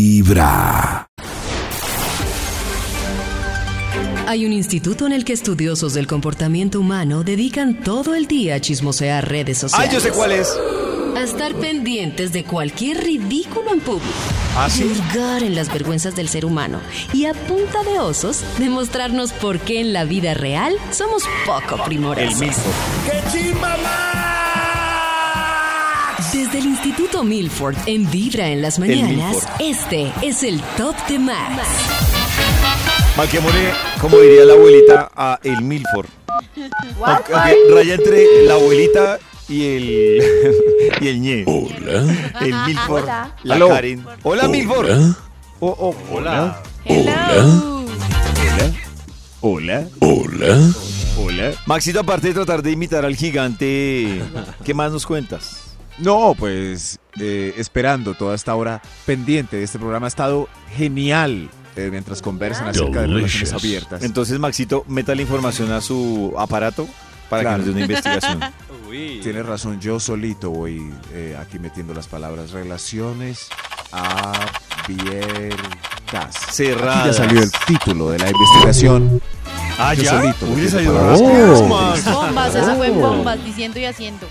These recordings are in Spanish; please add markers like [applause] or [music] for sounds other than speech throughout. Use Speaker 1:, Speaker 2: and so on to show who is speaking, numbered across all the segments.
Speaker 1: Vibra.
Speaker 2: Hay un instituto en el que estudiosos del comportamiento humano dedican todo el día a chismosear redes
Speaker 3: Ay,
Speaker 2: sociales.
Speaker 3: Ah, yo sé cuál es.
Speaker 2: A estar pendientes de cualquier ridículo en público.
Speaker 3: ¿Ah, sí?
Speaker 2: Hurgar en las vergüenzas del ser humano. Y a punta de osos, demostrarnos por qué en la vida real somos poco primorosos. Desde el Instituto Milford, en Vibra en las Mañanas, este es el Top de Max.
Speaker 3: Maquiamole, como diría la abuelita, a el Milford. Aunque- aunque raya entre la abuelita y el. [laughs] y el ñe.
Speaker 1: Hola.
Speaker 3: El Milford.
Speaker 4: Hola.
Speaker 3: La
Speaker 1: Aló.
Speaker 3: Karen. Hola, Milford.
Speaker 1: Hola.
Speaker 3: Oh, oh, hola.
Speaker 4: Hello.
Speaker 3: Hola.
Speaker 1: Hola.
Speaker 3: Hola. Maxito, aparte de tratar de imitar al gigante, ¿qué más nos cuentas?
Speaker 5: No, pues eh, esperando toda esta hora pendiente de este programa ha estado genial eh, mientras conversan acerca de relaciones
Speaker 1: Delicious.
Speaker 5: abiertas.
Speaker 3: Entonces, Maxito, meta la información a su aparato para
Speaker 5: Claro.
Speaker 3: que nos dé una
Speaker 5: [laughs]
Speaker 3: investigación.
Speaker 5: Tienes razón, yo solito voy eh, aquí metiendo las palabras relaciones abiertas.
Speaker 3: Cerradas.
Speaker 5: Aquí ya salió el título de la investigación.
Speaker 3: Ah,
Speaker 5: Yo
Speaker 3: ya.
Speaker 5: solito,
Speaker 3: Uy,
Speaker 5: yo
Speaker 3: esa ayuda
Speaker 5: para-
Speaker 3: más que
Speaker 1: Oh.
Speaker 3: más, Max.
Speaker 4: Bombas, eso
Speaker 5: Oh.
Speaker 4: fue en bombas, diciendo y haciendo.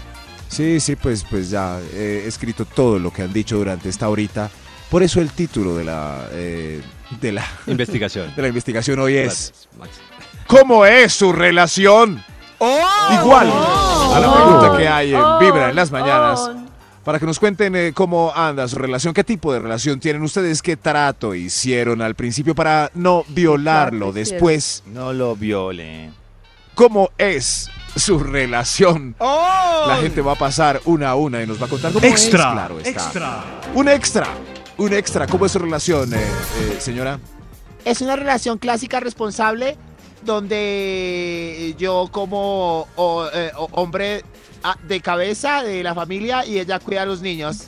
Speaker 5: Sí, sí, pues, pues ya eh, he escrito todo lo que han dicho durante esta horita. Por eso el título de la eh, de la [laughs]
Speaker 6: Investigación.
Speaker 5: de la investigación hoy es
Speaker 6: Gracias, Max.
Speaker 5: ¿Cómo es su relación? Igual
Speaker 4: oh.
Speaker 5: a la pregunta que hay en Vibra en las mañanas. Para que nos cuenten eh, cómo anda su relación, qué tipo de relación tienen ustedes, qué trato hicieron al principio para no violarlo después,
Speaker 3: No lo violen.
Speaker 5: cómo es su relación. La gente va a pasar una a una y nos va a contar cómo es. Claro está. Un extra, un extra. ¿Cómo es su relación, eh, eh, señora?
Speaker 7: Es una relación clásica responsable donde yo como o- eh, o- hombre ah, de cabeza de la familia y ella cuida a los niños.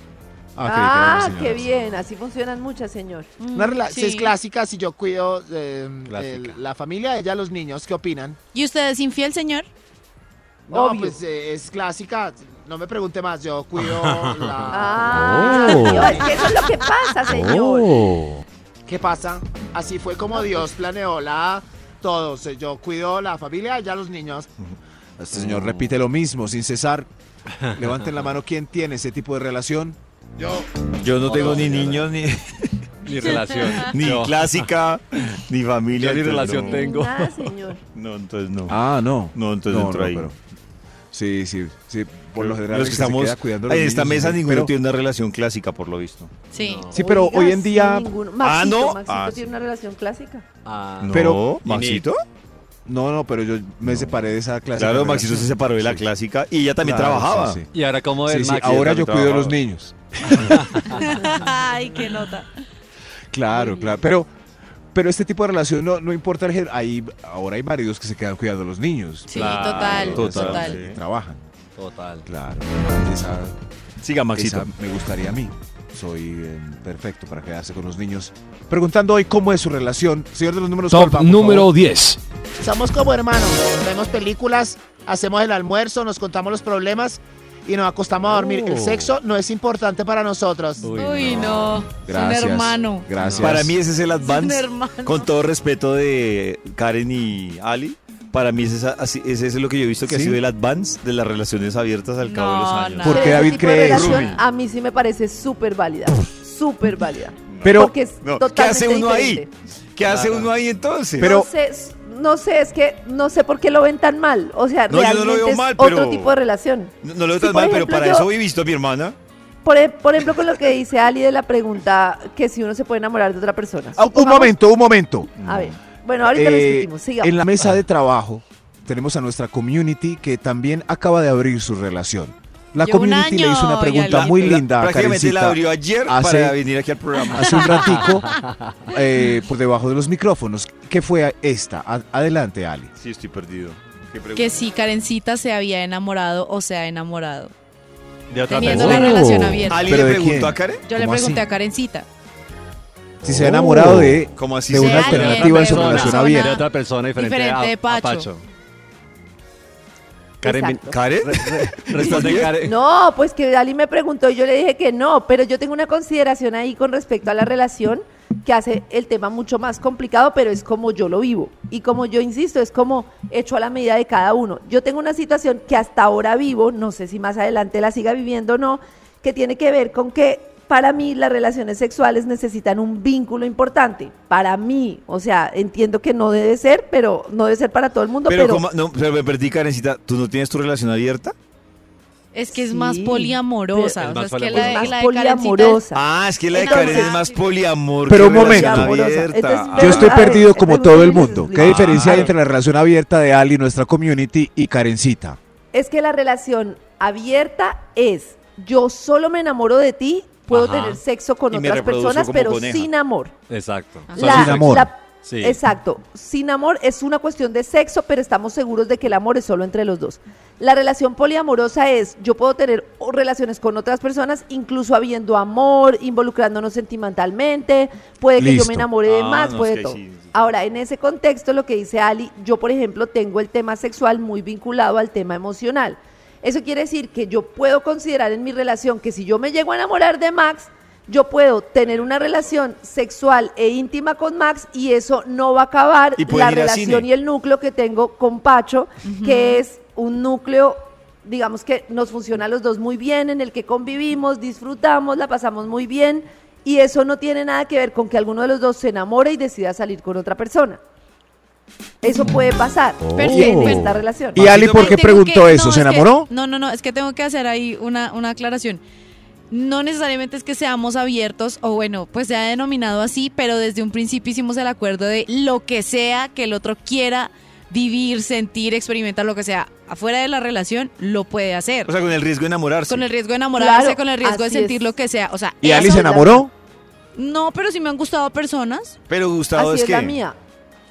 Speaker 5: Ah, creí que era una
Speaker 8: Ah,
Speaker 5: señora.
Speaker 8: qué bien, así funcionan muchas, señor.
Speaker 7: Una relación es
Speaker 4: Mm, Sí.
Speaker 7: clásica si yo cuido eh,
Speaker 3: Clásica.
Speaker 7: el- la familia, ella los niños. ¿Qué opinan?
Speaker 4: ¿Y usted es infiel, señor?
Speaker 7: No,
Speaker 8: Obvio.
Speaker 7: pues eh, es clásica. No me pregunte más, yo cuido la...
Speaker 8: Ah,
Speaker 1: Oh.
Speaker 8: no, es que eso es lo que pasa, señor.
Speaker 1: Oh.
Speaker 7: ¿Qué pasa? Así fue como
Speaker 8: pues
Speaker 7: Dios planeó la... Todos, eh, yo cuido la familia, ella los niños.
Speaker 5: Este señor repite lo mismo sin cesar. Levanten la mano quien tiene ese tipo de relación.
Speaker 3: Yo no tengo ni niños,
Speaker 5: [laughs]
Speaker 3: ni,
Speaker 6: Mi relación.
Speaker 3: ni
Speaker 6: No.
Speaker 3: clásica, ni familia.
Speaker 6: Yo ni
Speaker 3: entonces
Speaker 6: relación
Speaker 3: no.
Speaker 6: tengo.
Speaker 8: Nada, señor.
Speaker 3: No, entonces no.
Speaker 5: Ah, no.
Speaker 3: no, entonces no, entro ahí.
Speaker 5: sí, sí, sí. Por lo general
Speaker 3: Los
Speaker 5: es
Speaker 3: que
Speaker 5: se
Speaker 3: estamos
Speaker 5: queda cuidando a los
Speaker 3: en esta
Speaker 5: niños,
Speaker 3: mesa,
Speaker 5: sí,
Speaker 3: ninguno
Speaker 5: pero-
Speaker 3: tiene una relación clásica, por lo visto.
Speaker 4: Sí.
Speaker 5: Sí, pero
Speaker 8: Oiga,
Speaker 5: hoy en
Speaker 8: sí,
Speaker 5: día...
Speaker 8: ninguno.
Speaker 3: Ah,
Speaker 8: Maxito,
Speaker 3: no.
Speaker 8: Maxito
Speaker 3: Ah, sí.
Speaker 8: tiene una relación clásica.
Speaker 6: Ah,
Speaker 3: No,
Speaker 5: Pero-
Speaker 3: Maxito.
Speaker 5: No, no, pero yo me separé de esa clase.
Speaker 3: Claro,
Speaker 5: de
Speaker 3: Maxito se
Speaker 5: relación.
Speaker 3: separó de la
Speaker 5: Sí.
Speaker 3: clásica y ella también
Speaker 5: Claro,
Speaker 3: trabajaba.
Speaker 5: sí, sí.
Speaker 6: Y ahora cómo es
Speaker 5: Sí, sí,
Speaker 6: Max?
Speaker 5: ahora
Speaker 3: también
Speaker 5: yo cuido a los
Speaker 3: trabajaba.
Speaker 5: niños.
Speaker 4: [laughs] Ay, qué nota.
Speaker 5: Claro, claro. Pero, pero este tipo de relación no, no importa el género. Ahí, ahora hay maridos que se quedan cuidando a los niños.
Speaker 4: Sí,
Speaker 6: Claro,
Speaker 4: total,
Speaker 3: total,
Speaker 4: total.
Speaker 5: Que Trabajan.
Speaker 6: Total.
Speaker 5: Claro. Esa-
Speaker 3: Siga, Maxito.
Speaker 5: Esa me gustaría a mí. Soy eh, perfecto para quedarse con los niños. Preguntando hoy cómo es su relación. Señor de los números, ¿cuál va, por favor?
Speaker 1: 10.
Speaker 7: Somos como hermanos, vemos películas, hacemos el almuerzo, nos contamos los problemas y nos acostamos a dormir.
Speaker 3: Oh.
Speaker 7: El sexo no es importante para nosotros.
Speaker 4: Uy, no.
Speaker 5: Gracias.
Speaker 4: Es un hermano.
Speaker 5: Gracias.
Speaker 3: Para mí ese es el
Speaker 4: Es un
Speaker 3: advance.
Speaker 4: hermano.
Speaker 3: Con todo respeto de Karen y Ali. Para mí ese es, así- ese es lo que yo he visto que ha
Speaker 5: ¿Sí?
Speaker 3: sido el advance de las relaciones abiertas al cabo de los
Speaker 4: No,
Speaker 3: años.
Speaker 4: no.
Speaker 5: Porque
Speaker 8: Pero ese
Speaker 5: David
Speaker 8: tipo de
Speaker 5: cree eso.
Speaker 8: relación
Speaker 3: Rumi.
Speaker 8: A mí sí me parece súper válida. Súper válida.
Speaker 5: Pero,
Speaker 8: Porque es
Speaker 3: No, ¿Qué
Speaker 8: totalmente
Speaker 3: hace uno ahí?
Speaker 8: diferente.
Speaker 3: ¿Qué hace uno ahí entonces?
Speaker 5: Pero-
Speaker 8: no sé, s- no sé, es que no sé por qué lo ven tan mal. O sea,
Speaker 3: No, yo no lo
Speaker 8: realmente
Speaker 3: veo
Speaker 8: es
Speaker 3: mal, pero-
Speaker 8: otro tipo de relación.
Speaker 3: No, no lo veo
Speaker 8: Sí,
Speaker 3: tan
Speaker 8: por
Speaker 3: mal, pero
Speaker 8: ejemplo,
Speaker 3: para
Speaker 8: yo-
Speaker 3: eso he visto a mi hermana.
Speaker 8: Por, e- por ejemplo, con lo que dice Ali de la pregunta que si uno se puede enamorar de otra persona.
Speaker 5: Ah, un
Speaker 8: Supongamos-
Speaker 5: momento, un momento.
Speaker 8: A ver, bueno, ahorita lo
Speaker 5: Eh,
Speaker 8: discutimos. Sigamos.
Speaker 5: En la mesa de trabajo tenemos a nuestra community que también acaba de abrir su relación. La
Speaker 4: Llevo un
Speaker 5: community le hizo
Speaker 4: año,
Speaker 5: una pregunta
Speaker 4: Yalit.
Speaker 5: muy
Speaker 3: La-
Speaker 5: linda a
Speaker 3: Prácticamente la
Speaker 5: Karencita
Speaker 3: abrió ayer
Speaker 5: hace-
Speaker 3: para venir aquí al programa.
Speaker 5: hace
Speaker 3: [laughs]
Speaker 5: un ratico eh, por debajo de los micrófonos. ¿Qué fue esta? Ad- Adelante, Ali.
Speaker 3: Sí, estoy perdido. ¿Qué pregunta?
Speaker 4: Que si Karencita se había enamorado o se ha enamorado.
Speaker 6: De otra
Speaker 4: Teniendo
Speaker 6: persona.
Speaker 1: Oh.
Speaker 4: la relación abierta.
Speaker 3: ¿Ali
Speaker 5: ¿Pero
Speaker 3: le
Speaker 5: de
Speaker 3: preguntó
Speaker 5: quién?
Speaker 3: a Karen?
Speaker 4: Yo le
Speaker 5: ¿Cómo
Speaker 4: pregunté
Speaker 5: así?
Speaker 4: a Karencita.
Speaker 5: Si
Speaker 3: Oh.
Speaker 5: se ha enamorado de
Speaker 3: ¿Cómo así?
Speaker 5: de
Speaker 3: se
Speaker 5: una
Speaker 4: alguien,
Speaker 3: llama?
Speaker 5: alternativa en su
Speaker 4: persona.
Speaker 5: relación
Speaker 6: De
Speaker 5: abierta.
Speaker 6: otra persona diferente,
Speaker 4: Diferente
Speaker 6: a,
Speaker 4: de Pacho.
Speaker 6: a Pacho. Karen,
Speaker 8: Exacto.
Speaker 3: ¿Karen?
Speaker 6: Responde Karen.
Speaker 8: No, pues que Ali me preguntó y yo le dije que no, pero yo tengo una consideración ahí con respecto a la relación que hace el tema mucho más complicado, pero es como yo lo vivo. Y como yo insisto, es como hecho a la medida de cada uno. Yo tengo una situación que hasta ahora vivo, no sé si más adelante la siga viviendo o no, que tiene que ver con que para mí las relaciones sexuales necesitan un vínculo importante. Para mí, o sea, entiendo que no debe ser, pero no debe ser para todo el mundo.
Speaker 3: Pero,
Speaker 8: Pero,
Speaker 3: ¿cómo? No, pero me perdí, Karencita, ¿tú no tienes tu relación abierta?
Speaker 4: Es que es más
Speaker 8: Sí.
Speaker 4: poliamorosa.
Speaker 6: Es
Speaker 4: O sea,
Speaker 6: más
Speaker 4: es que la de,
Speaker 8: es más
Speaker 4: la de Karencita
Speaker 8: poliamorosa.
Speaker 3: Ah, es que la de
Speaker 4: Entonces-
Speaker 3: Karen es más poliamor.
Speaker 5: Pero
Speaker 3: que
Speaker 5: un momento.
Speaker 3: relación
Speaker 8: Poliamorosa.
Speaker 3: abierta.
Speaker 8: Entonces,
Speaker 3: Ah.
Speaker 5: Yo estoy
Speaker 8: a ver,
Speaker 5: perdido como
Speaker 8: entonces,
Speaker 5: todo el
Speaker 8: ¿qué dices,
Speaker 5: mundo. ¿Qué
Speaker 8: Luis?
Speaker 5: diferencia hay
Speaker 3: Claro.
Speaker 5: entre la relación abierta de Ali, nuestra community, y Karencita?
Speaker 8: es que la relación abierta es yo solo me enamoro de ti, puedo
Speaker 6: Ajá.
Speaker 8: tener sexo con
Speaker 3: Y me
Speaker 8: otras
Speaker 3: reproduzco
Speaker 8: personas,
Speaker 3: como
Speaker 8: pero
Speaker 3: coneja.
Speaker 8: sin amor.
Speaker 6: Exacto.
Speaker 4: Ah.
Speaker 6: Solo
Speaker 5: sin
Speaker 6: sexo.
Speaker 5: amor.
Speaker 6: Sí.
Speaker 8: Exacto. Sin amor es una cuestión de sexo, pero estamos seguros de que el amor es solo entre los dos. La relación poliamorosa es yo puedo tener o- relaciones con otras personas, incluso habiendo amor, involucrándonos sentimentalmente, puede que yo
Speaker 5: Listo.
Speaker 8: me enamore de
Speaker 3: Ah,
Speaker 8: más,
Speaker 3: no,
Speaker 8: puede
Speaker 3: es que
Speaker 8: todo.
Speaker 3: sí, sí.
Speaker 8: Ahora, en ese contexto, lo que dice Ali, yo, por ejemplo, tengo el tema sexual muy vinculado al tema emocional. Eso quiere decir que yo puedo considerar en mi relación que si yo me llego a enamorar de Max, yo puedo tener una relación sexual e íntima con Max y eso no va a acabar
Speaker 3: Y pueden
Speaker 8: la
Speaker 3: ir al
Speaker 8: relación
Speaker 3: cine.
Speaker 8: y el núcleo que tengo con Pacho, que es un núcleo, digamos que nos funciona a los dos muy bien, en el que convivimos, disfrutamos, la pasamos muy bien y eso no tiene nada que ver con que alguno de los dos se enamore y decida salir con otra persona. Eso puede pasar
Speaker 4: Perfecto.
Speaker 8: en esta relación.
Speaker 5: Oh. ¿Y Ali por
Speaker 4: Ay,
Speaker 5: qué
Speaker 4: tengo
Speaker 5: preguntó
Speaker 4: que-
Speaker 5: eso?
Speaker 4: no,
Speaker 5: ¿Se
Speaker 4: es que-
Speaker 5: enamoró?
Speaker 4: no, no, no, es que tengo que hacer ahí una, una aclaración. No necesariamente es que seamos abiertos, o bueno, pues se ha denominado así, pero desde un principio hicimos el acuerdo de lo que sea que el otro quiera vivir, sentir, experimentar, lo que sea, afuera de la relación, lo puede hacer.
Speaker 3: O sea, con el riesgo de enamorarse.
Speaker 4: con el riesgo de enamorarse,
Speaker 8: Claro,
Speaker 4: con el riesgo de
Speaker 8: así es.
Speaker 4: sentir lo que sea. O sea,
Speaker 5: ¿Y
Speaker 4: eso-
Speaker 5: Ali se enamoró?
Speaker 4: No, pero sí me han gustado personas.
Speaker 3: Pero Gustavo
Speaker 8: Así
Speaker 3: Ah, es,
Speaker 8: es
Speaker 3: que...
Speaker 8: la mía.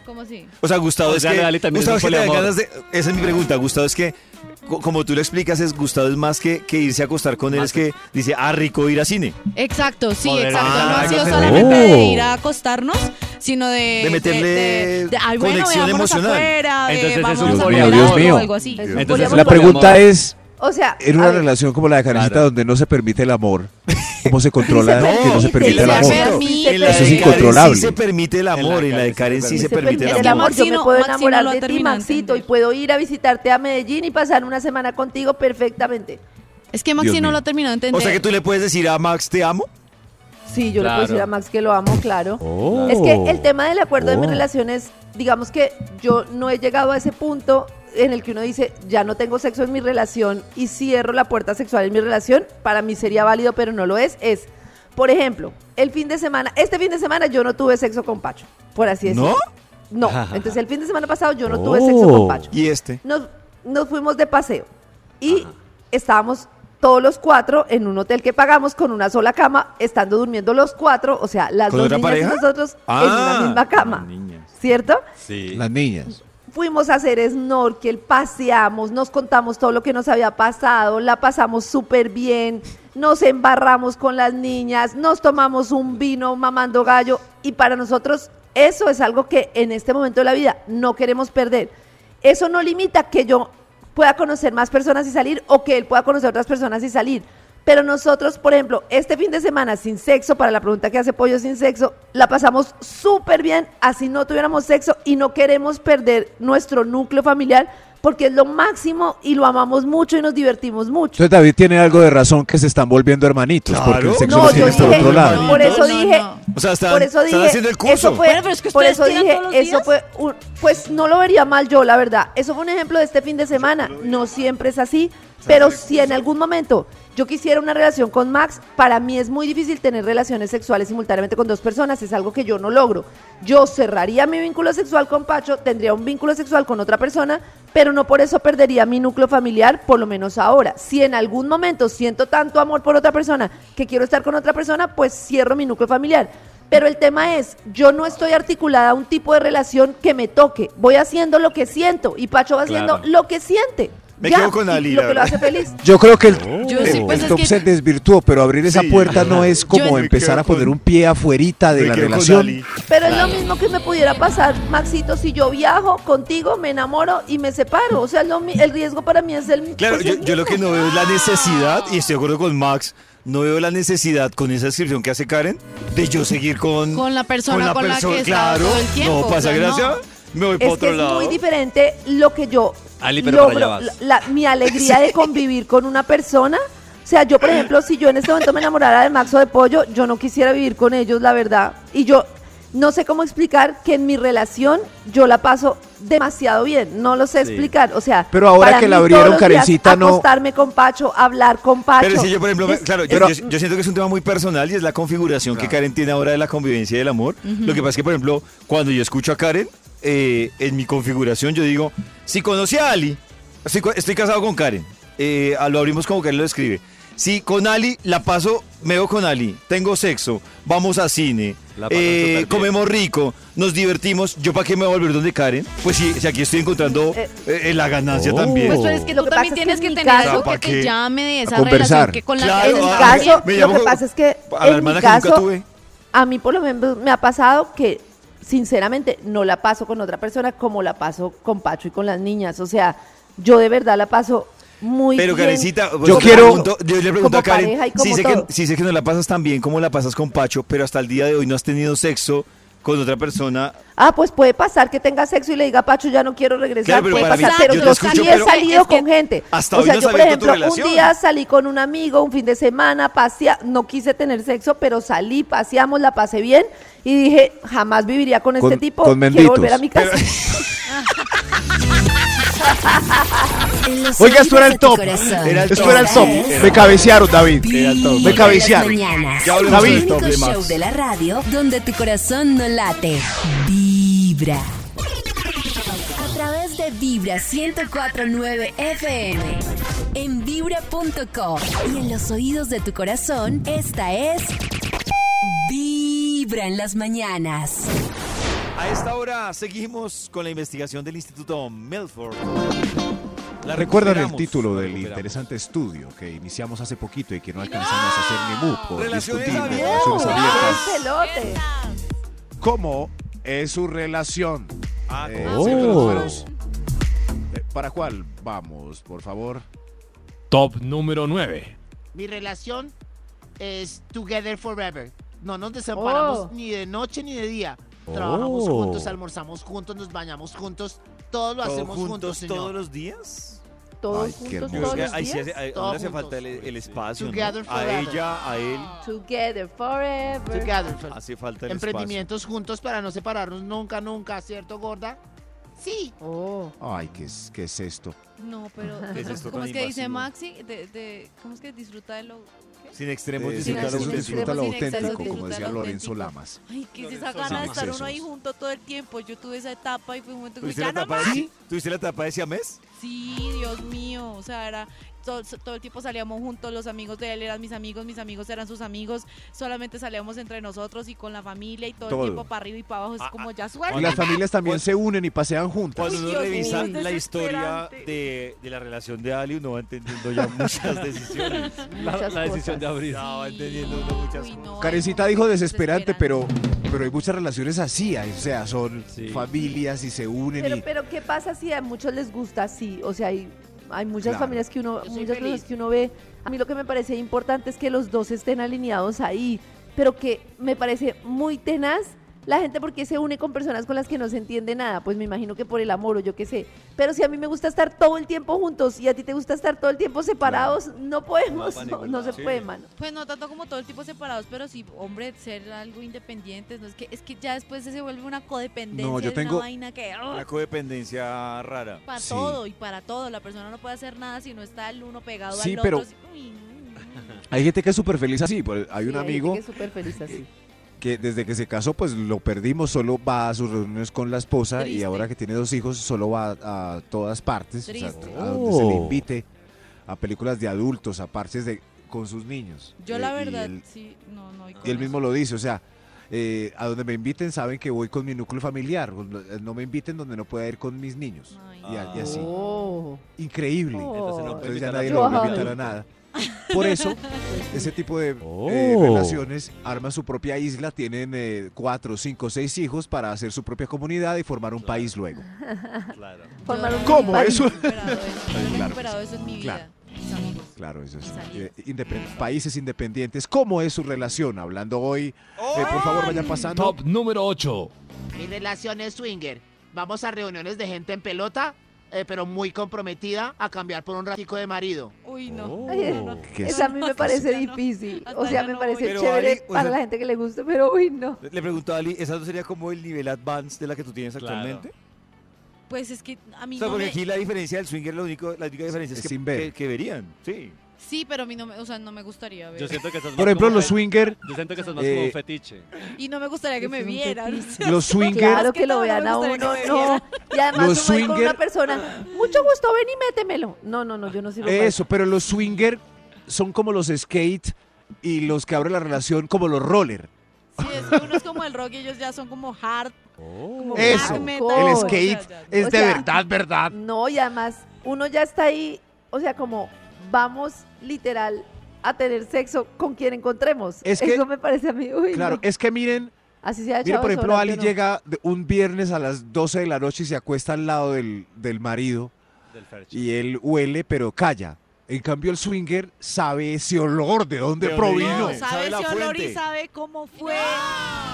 Speaker 4: ¿Cómo así?
Speaker 3: O sea, Gustavo
Speaker 6: O
Speaker 3: es
Speaker 6: sea,
Speaker 3: que...
Speaker 6: Dali también es
Speaker 3: Gustavo
Speaker 6: un
Speaker 3: es que te dan ganas
Speaker 6: poliamor.
Speaker 3: de- Esa es mi pregunta. Gustavo es que, co- como tú lo explicas, es Gustavo es más que, que irse a acostar con él.
Speaker 6: Más
Speaker 3: Es que dice, ah, rico ir a cine.
Speaker 4: Exacto, sí,
Speaker 6: Moderar.
Speaker 4: exacto. No ha
Speaker 3: Ah,
Speaker 4: sido
Speaker 3: ya
Speaker 4: solamente
Speaker 5: entendí.
Speaker 4: de ir a acostarnos, sino de.
Speaker 3: De meterle
Speaker 4: ay, bueno,
Speaker 3: conexión
Speaker 4: veámonos
Speaker 3: emocional.
Speaker 4: afuera, de
Speaker 6: Entonces,
Speaker 4: vamos
Speaker 6: eso es
Speaker 4: a
Speaker 6: un
Speaker 4: comer
Speaker 5: poliamor.
Speaker 4: algo,
Speaker 5: Dios mío.
Speaker 4: o algo así.
Speaker 8: Es un
Speaker 6: Entonces,
Speaker 8: poliamor.
Speaker 5: La pregunta es,
Speaker 8: O sea,
Speaker 5: en
Speaker 8: a
Speaker 5: una
Speaker 8: ver,
Speaker 5: relación como la de Karencita
Speaker 6: Claro.
Speaker 5: donde no se permite el amor, ¿cómo [laughs] se controla
Speaker 8: No,
Speaker 5: Oh, que no se
Speaker 8: se
Speaker 5: permite el
Speaker 4: la
Speaker 5: amor?
Speaker 4: permite.
Speaker 3: En la
Speaker 4: Eso es
Speaker 3: de Karen
Speaker 5: incontrolable.
Speaker 3: Sí se permite el amor. En la de Karen sí se permite el
Speaker 4: permite
Speaker 3: amor.
Speaker 8: yo
Speaker 4: Maxi
Speaker 8: me
Speaker 4: no-
Speaker 8: puedo
Speaker 4: Maxi no
Speaker 8: enamorar
Speaker 4: lo ha
Speaker 8: de ti,
Speaker 4: terminado de
Speaker 8: Maxito, y
Speaker 4: entender.
Speaker 8: puedo ir a visitarte a Medellín y pasar una semana contigo perfectamente.
Speaker 4: Es que
Speaker 5: Dios
Speaker 4: Maxi no
Speaker 5: mío.
Speaker 4: lo ha terminado de entender.
Speaker 3: O sea, que tú le puedes decir a Max, te amo.
Speaker 8: Sí, yo le
Speaker 6: Claro.
Speaker 8: puedo decir a Max que lo amo, claro.
Speaker 5: Oh.
Speaker 8: Es que el tema del acuerdo de
Speaker 5: Oh.
Speaker 8: mis relaciones, digamos que yo no he llegado a ese punto en el que uno dice, ya no tengo sexo en mi relación y cierro la puerta sexual en mi relación, para mí sería válido, pero no lo es. Es, por ejemplo, el fin de semana, este fin de semana yo no tuve sexo con Pacho, por así decirlo.
Speaker 3: ¿No?
Speaker 8: No,
Speaker 5: [laughs]
Speaker 8: entonces el fin de semana pasado yo no tuve sexo
Speaker 5: Oh.
Speaker 8: con Pacho.
Speaker 3: Y este.
Speaker 8: Nos, nos fuimos de paseo y estábamos todos los cuatro en un hotel que pagamos con una sola cama, estando durmiendo los cuatro, o sea, las
Speaker 3: ¿Con
Speaker 8: dos
Speaker 3: otra
Speaker 8: niñas
Speaker 3: pareja?
Speaker 8: y nosotros en
Speaker 3: Ah,
Speaker 8: una misma cama,
Speaker 6: niñas.
Speaker 8: ¿cierto?
Speaker 6: Sí.
Speaker 5: Las niñas.
Speaker 8: Fuimos a hacer snorkel, paseamos, nos contamos todo lo que nos había pasado, la pasamos súper bien, nos embarramos con las niñas, nos tomamos un vino mamando gallo y para nosotros eso es algo que en este momento de la vida no queremos perder. Eso no limita que yo pueda conocer más personas y salir o que él pueda conocer otras personas y salir. Pero nosotros, por ejemplo, este fin de semana sin sexo, para la pregunta que hace Pollo sin sexo, la pasamos súper bien, así no tuviéramos sexo y no queremos perder nuestro núcleo familiar porque es lo máximo y lo amamos mucho y nos divertimos mucho.
Speaker 5: Entonces David tiene algo de razón que se están volviendo hermanitos porque el
Speaker 3: Claro.
Speaker 5: sexo
Speaker 3: No,
Speaker 5: lo
Speaker 3: yo
Speaker 5: tiene por
Speaker 3: dije-
Speaker 5: otro lado.
Speaker 8: por eso
Speaker 4: No, no,
Speaker 8: dije,
Speaker 4: no.
Speaker 3: O sea, están,
Speaker 8: por eso
Speaker 3: están
Speaker 8: dije,
Speaker 3: haciendo el curso.
Speaker 8: eso fue,
Speaker 4: Bueno, pero es que
Speaker 8: por
Speaker 4: ustedes
Speaker 8: eso
Speaker 4: tiran
Speaker 8: dije,
Speaker 4: todos los
Speaker 8: eso
Speaker 4: días.
Speaker 8: fue, un- pues no lo vería mal yo, la verdad. Eso fue un ejemplo de este fin de semana. No siempre es así, pero si en algún momento yo quisiera una relación con Max, para mí es muy difícil tener relaciones sexuales simultáneamente con dos personas, es algo que yo no logro. Yo cerraría mi vínculo sexual con Pacho, tendría un vínculo sexual con otra persona, pero no por eso perdería mi núcleo familiar, por lo menos ahora. Si en algún momento siento tanto amor por otra persona que quiero estar con otra persona, pues cierro mi núcleo familiar. Pero el tema es, yo no estoy articulada a un tipo de relación que me toque. Voy haciendo lo que siento y Pacho va haciendo
Speaker 6: Claro.
Speaker 8: lo que siente.
Speaker 3: Me
Speaker 8: Ya,
Speaker 3: quedo con
Speaker 8: y
Speaker 3: Ali,
Speaker 8: Lo
Speaker 3: la
Speaker 8: que lo hace
Speaker 3: verdad.
Speaker 8: feliz.
Speaker 5: Yo creo que el,
Speaker 4: Yo sí,
Speaker 5: el-
Speaker 4: pues
Speaker 5: el
Speaker 4: es
Speaker 5: top
Speaker 4: que-
Speaker 5: se desvirtuó, pero abrir esa
Speaker 3: Sí.
Speaker 5: puerta no es como
Speaker 4: Yo-
Speaker 5: empezar a
Speaker 3: Me quedo
Speaker 5: poner
Speaker 3: con-
Speaker 5: un pie afuerita de
Speaker 3: Me
Speaker 5: la
Speaker 3: quedo con
Speaker 5: relación.
Speaker 3: Dalí.
Speaker 8: Pero es lo mismo que me pudiera pasar, Maxito, si yo viajo contigo, me enamoro y me separo. O sea, lo mi- el riesgo para mí es el
Speaker 3: Claro,
Speaker 8: pues
Speaker 3: yo,
Speaker 8: el
Speaker 3: yo lo
Speaker 4: Ah.
Speaker 8: mismo.
Speaker 3: que no veo es la necesidad, y estoy de acuerdo con Max, no veo la necesidad con esa descripción que hace Karen de yo seguir con,
Speaker 4: Con la persona con la
Speaker 3: perso-
Speaker 4: que estaba
Speaker 3: claro,
Speaker 4: todo el tiempo,
Speaker 3: No pasa
Speaker 4: o sea,
Speaker 3: gracia,
Speaker 4: no.
Speaker 3: me voy para
Speaker 8: Es que
Speaker 3: otro
Speaker 8: es
Speaker 3: lado.
Speaker 8: muy diferente lo que yo
Speaker 6: Ali, pero para
Speaker 8: logro,
Speaker 6: allá vas.
Speaker 8: la- la-
Speaker 3: [laughs]
Speaker 8: mi alegría de convivir con una persona. O sea, yo, por ejemplo, si yo en este momento me enamorara de Max o de Pollo, yo no quisiera vivir con ellos, la verdad. Y yo no sé cómo explicar que en mi relación yo la paso demasiado bien. No lo sé explicar. O sea,
Speaker 5: Pero ahora
Speaker 8: para
Speaker 5: que
Speaker 8: mí
Speaker 5: la
Speaker 8: todos
Speaker 5: abrieron,
Speaker 8: los días
Speaker 5: Karencita, no-
Speaker 8: Acostarme con Pacho, hablar con Pacho.
Speaker 3: Pero si yo, por ejemplo, me-
Speaker 8: Es-
Speaker 3: claro, yo,
Speaker 5: Pero-
Speaker 3: yo- yo siento que es un tema muy personal y es la configuración que Karen tiene ahora de la convivencia y del amor. Lo que pasa es que, por ejemplo, cuando yo escucho a Karen, eh, en mi configuración yo digo, si conocí a Ali, estoy, co- estoy casado con Karen, eh, a- lo abrimos como Karen lo describe. Si con Ali la paso, me veo con Ali, tengo sexo, vamos a cine,
Speaker 6: La pasan
Speaker 3: eh,
Speaker 6: súper bien.
Speaker 3: comemos rico, nos divertimos, ¿yo para qué me voy a volver donde Karen? Pues sí, si aquí estoy encontrando
Speaker 8: Eh,
Speaker 3: eh, la ganancia
Speaker 5: Oh.
Speaker 3: también.
Speaker 4: Pues pero es que
Speaker 8: Lo
Speaker 4: tú
Speaker 8: que
Speaker 4: también
Speaker 8: pasa es que
Speaker 4: tienes
Speaker 8: en
Speaker 4: que,
Speaker 8: mi
Speaker 4: tener
Speaker 8: caso-
Speaker 4: algo
Speaker 3: ¿Para
Speaker 4: que
Speaker 3: qué?
Speaker 4: te llame de esa
Speaker 5: A conversar.
Speaker 4: relación que con la
Speaker 3: Claro,
Speaker 4: que
Speaker 8: en mi
Speaker 3: ah,
Speaker 4: estás
Speaker 8: caso,
Speaker 3: me
Speaker 8: lo
Speaker 3: llamó
Speaker 8: que pasa es
Speaker 3: a
Speaker 8: que
Speaker 3: la
Speaker 8: en mi
Speaker 3: hermana que nunca
Speaker 8: caso,
Speaker 3: tuve.
Speaker 8: a mí por lo menos me ha pasado que sinceramente no la paso con otra persona como la paso con Pacho y con las niñas. O sea, yo de verdad la paso muy
Speaker 3: Pero
Speaker 8: bien.
Speaker 3: Karencita, pues,
Speaker 5: Yo
Speaker 3: como
Speaker 5: quiero-
Speaker 3: pregunto- yo le pregunto
Speaker 8: como
Speaker 3: a Karen,
Speaker 8: pareja y
Speaker 3: si
Speaker 8: como
Speaker 3: sé, que,
Speaker 8: todo.
Speaker 3: si sé que no la pasas tan bien como la pasas con Pacho, pero hasta el día de hoy no has tenido sexo con otra persona.
Speaker 8: Ah, pues puede pasar que tenga sexo y le diga Pacho, ya no quiero regresar.
Speaker 3: Claro, pero
Speaker 8: puede
Speaker 3: para mí-
Speaker 8: pasar,
Speaker 3: yo
Speaker 8: pero
Speaker 3: te
Speaker 8: yo
Speaker 3: escucho,
Speaker 8: sí he
Speaker 3: pero-
Speaker 8: salido
Speaker 4: Es que
Speaker 8: con gente.
Speaker 3: hasta
Speaker 8: o
Speaker 3: hoy
Speaker 8: sea,
Speaker 3: no has
Speaker 8: yo, por
Speaker 3: abierto tu
Speaker 8: ejemplo,
Speaker 3: relación.
Speaker 8: un día salí con un amigo, un fin de semana, pasea, no quise tener sexo, pero salí, paseamos, la pasé bien y dije, jamás viviría con,
Speaker 5: Con-
Speaker 8: este tipo.
Speaker 5: con
Speaker 8: quiero
Speaker 5: menditos.
Speaker 8: volver a mi casa. [laughs]
Speaker 3: [laughs]
Speaker 2: Los
Speaker 5: Oiga, esto era el
Speaker 2: latidos
Speaker 5: top.
Speaker 2: de tu corazón.
Speaker 3: Era el
Speaker 5: Esto era el
Speaker 3: top.
Speaker 5: top.
Speaker 3: Era-
Speaker 5: Me cabecearon, David.
Speaker 2: Vibra en las
Speaker 5: Me cabecearon.
Speaker 2: mañanas.
Speaker 3: Ya hablemos
Speaker 2: El
Speaker 5: del
Speaker 2: único
Speaker 3: top de Max.
Speaker 2: show de la radio donde tu corazón no late. Vibra. A través de Vibra 104.9 FM. En vibra.com. Y en los oídos de tu corazón, esta es... Vibra en las mañanas.
Speaker 3: A esta hora seguimos con la investigación del Instituto Milford. La
Speaker 5: ¿Recuerdan el
Speaker 3: recuperamos,
Speaker 5: título
Speaker 3: la
Speaker 5: del
Speaker 3: recuperamos.
Speaker 5: interesante estudio que iniciamos hace poquito y que no alcanzamos a hacer ni mu por
Speaker 3: Relaciones
Speaker 5: discutir de
Speaker 3: abiertas.
Speaker 5: relaciones abiertas?
Speaker 8: ¡Qué celote!
Speaker 5: ¿Cómo es su relación? Eh,
Speaker 3: con
Speaker 5: siempre
Speaker 3: los
Speaker 5: los
Speaker 3: números.
Speaker 5: números. Eh, ¿Para cuál vamos, por favor?
Speaker 1: Top número 9.
Speaker 7: Mi relación es Together Forever. No nos desamparamos
Speaker 8: Oh.
Speaker 7: ni de noche ni de día.
Speaker 5: Oh.
Speaker 7: Trabajamos juntos, almorzamos juntos, nos bañamos juntos. Todo lo
Speaker 3: ¿Todo
Speaker 7: hacemos juntos,
Speaker 3: juntos
Speaker 7: señor.
Speaker 3: todos los días?
Speaker 8: Todos
Speaker 5: Ay, qué
Speaker 8: juntos,
Speaker 5: hermoso.
Speaker 8: todos los
Speaker 3: ahí sí
Speaker 8: días.
Speaker 3: hace, ahí-
Speaker 7: Todos
Speaker 3: ahora hace
Speaker 7: juntos.
Speaker 3: falta el, el espacio, ¿no?
Speaker 7: Together
Speaker 3: A
Speaker 7: forever.
Speaker 3: ella, a él,
Speaker 8: Together forever.
Speaker 7: Together Forever.
Speaker 3: hace falta el espacio.
Speaker 7: Emprendimientos juntos para no separarnos nunca, nunca, ¿cierto, gorda? Sí.
Speaker 8: Oh.
Speaker 5: Ay, ¿qué es, qué es esto?
Speaker 4: No, pero pues,
Speaker 3: ¿Qué es esto
Speaker 4: ¿cómo
Speaker 3: tan
Speaker 4: es que dice
Speaker 3: invasivo?
Speaker 4: Maxi? De, de- ¿Cómo es que disfruta de lo ¿qué?
Speaker 3: Sin extremos,
Speaker 5: Eh,
Speaker 3: disfruta
Speaker 4: sin
Speaker 3: lo
Speaker 5: disfruta,
Speaker 4: extremos,
Speaker 3: auténtico.
Speaker 5: disfruta lo
Speaker 4: sin excesos,
Speaker 5: auténtico, como
Speaker 4: disfruta
Speaker 5: decía
Speaker 4: lo
Speaker 5: Lorenzo
Speaker 4: auténtico.
Speaker 5: Lamas.
Speaker 4: Ay, que es esa
Speaker 3: Lorenzo
Speaker 4: gana de
Speaker 5: Lamas.
Speaker 4: estar uno ahí
Speaker 5: Excesos.
Speaker 4: junto todo el tiempo. Yo tuve esa etapa y fue un momento que
Speaker 3: ¿Tuviste
Speaker 4: ya
Speaker 3: la,
Speaker 4: no
Speaker 3: tapa
Speaker 4: más.
Speaker 3: de, ¿Tuviste la tapa de siamés?
Speaker 4: Sí, Dios mío, o sea, era todo, todo el tiempo salíamos juntos, los amigos de él eran mis amigos, mis amigos eran sus amigos, solamente salíamos entre nosotros y con la familia y todo,
Speaker 5: Todo.
Speaker 4: el tiempo para arriba y para abajo,
Speaker 3: Ah,
Speaker 4: es como ya
Speaker 5: Y
Speaker 4: suerte.
Speaker 5: las familias también se unen y pasean juntas.
Speaker 3: Cuando
Speaker 4: Uy,
Speaker 3: uno
Speaker 4: Dios mío,
Speaker 3: revisa
Speaker 4: es
Speaker 3: la historia
Speaker 4: desesperante.
Speaker 3: de, de la relación de Ali, uno va entendiendo ya [laughs] muchas decisiones.
Speaker 6: La,
Speaker 8: Muchas
Speaker 6: la decisión
Speaker 8: cosas.
Speaker 6: de abrir.
Speaker 3: Ya va entendiendo uno muchas
Speaker 4: Uy, no,
Speaker 3: cosas.
Speaker 5: Karencita
Speaker 4: no,
Speaker 5: dijo
Speaker 4: no,
Speaker 5: desesperante,
Speaker 4: desesperante.
Speaker 5: pero, pero hay muchas relaciones así, o sea, son
Speaker 6: Sí.
Speaker 5: familias y se unen
Speaker 8: Pero,
Speaker 5: y...
Speaker 8: pero ¿qué pasa si a muchos les gusta así? O sea, hay, hay muchas
Speaker 5: Claro.
Speaker 8: familias que uno,
Speaker 7: Yo soy
Speaker 8: muchas
Speaker 7: feliz.
Speaker 8: cosas que uno ve. A mí lo que me parece importante es que los dos estén alineados ahí, pero que me parece muy tenaz la gente porque se une con personas con las que no se entiende nada. Pues me imagino que por el amor o yo qué sé. Pero si a mí me gusta estar todo el tiempo juntos y a ti te gusta estar todo el tiempo separados, no
Speaker 3: No va
Speaker 8: podemos,
Speaker 3: pa'
Speaker 8: no,
Speaker 3: ningún
Speaker 8: no se
Speaker 3: lado.
Speaker 8: puede,
Speaker 3: Sí.
Speaker 8: mano.
Speaker 4: Pues no tanto como todo el tipo separados, pero sí, hombre, ser algo independientes, no es que es que ya después se vuelve una codependencia,
Speaker 5: No, yo
Speaker 4: es
Speaker 5: tengo-
Speaker 4: una vaina que ¡ah!
Speaker 3: Una codependencia rara.
Speaker 4: para
Speaker 5: Sí.
Speaker 4: todo y para todo, la persona no puede hacer nada si no está el uno pegado
Speaker 5: Sí,
Speaker 4: al
Speaker 5: pero-
Speaker 4: otro. si- uy, uy, uy.
Speaker 5: Hay gente que es súper feliz así, por- hay
Speaker 8: Sí,
Speaker 5: un
Speaker 8: gente
Speaker 5: amigo
Speaker 8: que es súper feliz así.
Speaker 5: que desde que se casó pues lo perdimos, solo va a sus reuniones con la esposa y
Speaker 4: Triste.
Speaker 5: ahora que tiene dos hijos solo va a todas partes, o sea,
Speaker 4: Triste.
Speaker 5: a donde se le
Speaker 6: Oh.
Speaker 5: invite, a películas de adultos, a parches de, con sus niños.
Speaker 4: Yo
Speaker 5: Eh,
Speaker 4: la
Speaker 5: y
Speaker 4: verdad,
Speaker 5: él-
Speaker 4: sí, no, no.
Speaker 5: Y él mismo lo dice, o sea, eh, a donde me inviten saben que voy con mi núcleo familiar, no no me inviten donde no pueda ir con mis niños.
Speaker 4: Ay.
Speaker 5: Y, a- y así.
Speaker 8: Oh.
Speaker 5: Increíble.
Speaker 6: Entonces no puede
Speaker 5: Entonces ya
Speaker 6: invitar a
Speaker 5: nadie
Speaker 8: todo
Speaker 5: lo
Speaker 8: el
Speaker 5: va a
Speaker 8: mundo.
Speaker 5: invitar a nada. Por eso, ese tipo de eh,
Speaker 6: Oh.
Speaker 5: relaciones arman su propia isla, tienen eh, cuatro, cinco, seis hijos para hacer su propia comunidad y formar un
Speaker 6: Claro.
Speaker 5: país luego.
Speaker 6: Claro.
Speaker 8: Formar un
Speaker 5: ¿Cómo?
Speaker 8: país.
Speaker 5: Eso-
Speaker 8: eh,
Speaker 4: Yo no he recuperado eso, yo no he
Speaker 5: Claro que
Speaker 4: recuperado eso en mi vida,
Speaker 5: Claro.
Speaker 4: mis amigos.
Speaker 5: Claro, eso es.
Speaker 4: Salir.
Speaker 5: Eh, independ- países independientes. ¿Cómo es su relación? Hablando hoy, eh, por favor, vayan pasando.
Speaker 1: Top número 8.
Speaker 7: Mi relación es swinger. Vamos a reuniones de gente en pelota, eh, pero muy comprometida a cambiar por un ratico de marido.
Speaker 4: Uy, no.
Speaker 8: Ay,
Speaker 5: ¿Qué es?
Speaker 8: Esa a mí me parece
Speaker 4: ya no.
Speaker 8: difícil.
Speaker 4: Hasta
Speaker 8: O sea,
Speaker 4: ya
Speaker 8: me
Speaker 4: no
Speaker 8: parece
Speaker 4: voy.
Speaker 3: Pero
Speaker 8: chévere
Speaker 3: ahí, o
Speaker 8: para
Speaker 3: sea-
Speaker 8: la gente que le gusta, pero uy, no.
Speaker 3: Le pregunto a Ali, ¿esa no sería como el nivel advanced de la que tú tienes
Speaker 6: Claro.
Speaker 3: actualmente?
Speaker 4: Pues es que a mí
Speaker 3: O sea,
Speaker 4: no
Speaker 3: porque
Speaker 4: me-
Speaker 3: aquí la diferencia del swinger, la única, la única diferencia es,
Speaker 5: Es
Speaker 3: que,
Speaker 5: sin ver.
Speaker 3: que- que verían. Sí.
Speaker 4: Sí, pero a mí no me, o sea, no me gustaría ver.
Speaker 6: Yo siento que eso es más
Speaker 5: Por ejemplo,
Speaker 6: como
Speaker 5: los
Speaker 6: fe-
Speaker 5: swinger,
Speaker 6: Yo siento que eso es más
Speaker 5: Eh,
Speaker 6: como un fetiche.
Speaker 4: Y no me gustaría que me
Speaker 8: Es un
Speaker 4: vieran. [laughs]
Speaker 5: los swinger,
Speaker 8: Claro
Speaker 4: Es
Speaker 8: que,
Speaker 4: que
Speaker 8: lo
Speaker 4: no, no me
Speaker 8: vean a
Speaker 4: gustaría
Speaker 8: uno,
Speaker 4: que me
Speaker 8: no.
Speaker 4: vieran.
Speaker 8: Y además
Speaker 5: Los
Speaker 8: uno ahí con una
Speaker 5: swinger-
Speaker 8: persona, mucho gusto, ven y métemelo. No, no, no, yo no sirvo para
Speaker 5: eso, pero los swinger son como los skate y los que abren la relación como los roller.
Speaker 4: Sí, es que uno es como el rock y ellos ya son como hard. como
Speaker 5: Eso,
Speaker 4: black metal.
Speaker 8: el
Speaker 4: O sea,
Speaker 5: skate
Speaker 4: ya, ya.
Speaker 5: Es
Speaker 8: O
Speaker 5: de
Speaker 8: sea,
Speaker 5: verdad, verdad.
Speaker 8: No, y además uno ya está ahí, o sea, como vamos literal a tener sexo con quien encontremos.
Speaker 5: Es que-
Speaker 8: Eso me parece a mí, uy,
Speaker 5: Claro,
Speaker 8: no.
Speaker 5: es que miren,
Speaker 8: Así se ha
Speaker 5: Mira, por ejemplo, Ali llega de- un viernes a las 12 de la noche y se acuesta al lado del, del marido
Speaker 6: Del ferche.
Speaker 5: y él huele pero calla. En cambio, el swinger sabe ese olor de dónde
Speaker 3: ¿De dónde
Speaker 5: provino.
Speaker 4: No,
Speaker 3: Sabe
Speaker 4: sabe
Speaker 3: la
Speaker 4: ese olor
Speaker 3: fuente.
Speaker 4: y sabe cómo fue.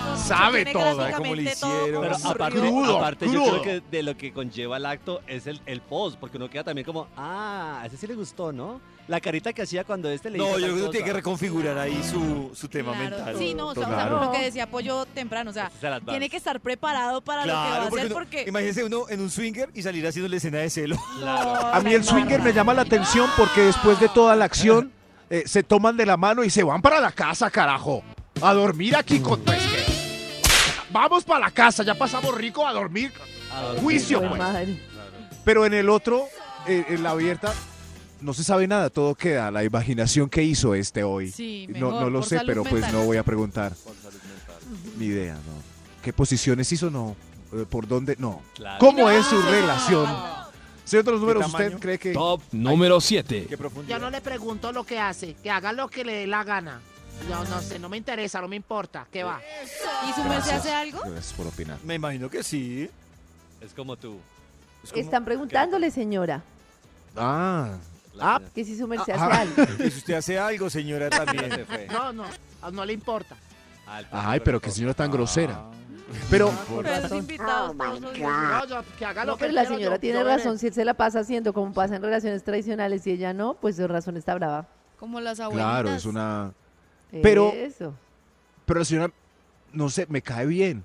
Speaker 4: Entonces,
Speaker 5: Sabe
Speaker 4: tiene
Speaker 5: todo, cómo
Speaker 4: gráficamente
Speaker 3: le
Speaker 4: todo
Speaker 3: hicieron.
Speaker 6: Pero
Speaker 4: cómo
Speaker 6: aparte,
Speaker 4: ocurrió.
Speaker 5: Crudo,
Speaker 6: aparte
Speaker 5: crudo.
Speaker 6: yo creo que de lo que conlleva el acto es el, el post, porque uno queda también como, ah, a ese sí le gustó, ¿no? La carita que hacía cuando este le
Speaker 3: No,
Speaker 6: hizo
Speaker 3: yo
Speaker 6: tal
Speaker 3: creo que uno
Speaker 6: cosa.
Speaker 3: tiene que reconfigurar ahí su, su tema
Speaker 4: Claro.
Speaker 3: mental.
Speaker 4: Sí, no, o sea, o sea,
Speaker 5: Claro.
Speaker 4: por lo que decía Pollo temprano, o sea,
Speaker 6: Ese es el advance.
Speaker 4: tiene que estar preparado para lo que va a hacer
Speaker 3: uno-
Speaker 4: porque...
Speaker 3: imagínese uno en un swinger y salir haciendo la escena de celo.
Speaker 6: Claro.
Speaker 5: A mí el swinger me llama la atención porque después de toda la acción eh, se toman de la mano y se van para la casa, carajo. A dormir aquí con pues, que- Vamos para la casa, ya pasamos rico a dormir.
Speaker 6: A dormir.
Speaker 5: Juicio,
Speaker 8: Uy,
Speaker 5: pues.
Speaker 8: madre.
Speaker 5: Pero en el otro, eh, en la abierta, no se sabe nada, todo queda a la imaginación que hizo este hoy.
Speaker 4: Sí,
Speaker 5: no,
Speaker 4: mejor,
Speaker 5: no lo
Speaker 4: por
Speaker 5: sé,
Speaker 4: salud
Speaker 5: pero pues
Speaker 4: mental.
Speaker 5: no voy a preguntar. Ni idea, no. ¿Qué posiciones hizo? No. Eh, ¿Por dónde? No.
Speaker 6: Claro.
Speaker 5: ¿Cómo es su
Speaker 4: No,
Speaker 5: relación?
Speaker 4: no.
Speaker 5: Señor de los números, ¿usted
Speaker 3: tamaño?
Speaker 5: cree que
Speaker 1: Top número 7.
Speaker 3: Qué
Speaker 7: Yo
Speaker 3: profundidad.
Speaker 7: no le pregunto lo que hace, que haga lo que le dé la gana. Yo no sé, no me interesa, no me importa, ¿qué va?
Speaker 4: ¿Y su merced hace algo?
Speaker 5: Gracias por opinar.
Speaker 3: Me imagino que sí.
Speaker 6: Es como tú.
Speaker 3: Es como-
Speaker 8: Están preguntándole, señora,
Speaker 5: Ah,
Speaker 6: La-
Speaker 8: que si su merced
Speaker 5: Ah,
Speaker 8: hace
Speaker 5: ah.
Speaker 3: [laughs]
Speaker 8: algo.
Speaker 3: Y si Pues usted hace algo, señora, también.
Speaker 6: se fue.
Speaker 7: No, no, no le importa.
Speaker 6: Al-
Speaker 5: ay, pero qué señora tan grosera. Pero
Speaker 4: Pero los invitados todos los días.
Speaker 7: No, yo- que
Speaker 6: Ah,
Speaker 7: haga
Speaker 8: No,
Speaker 7: lo que
Speaker 8: pero la
Speaker 7: quiera,
Speaker 8: señora
Speaker 7: yo-
Speaker 8: tiene
Speaker 7: yo veré.
Speaker 8: razón, si él se la pasa haciendo como pasa en relaciones tradicionales y ella no, pues su razón está brava.
Speaker 4: Como las abuelitas.
Speaker 5: claro, es una Pero-
Speaker 8: Eso.
Speaker 5: pero la señora no sé, me cae bien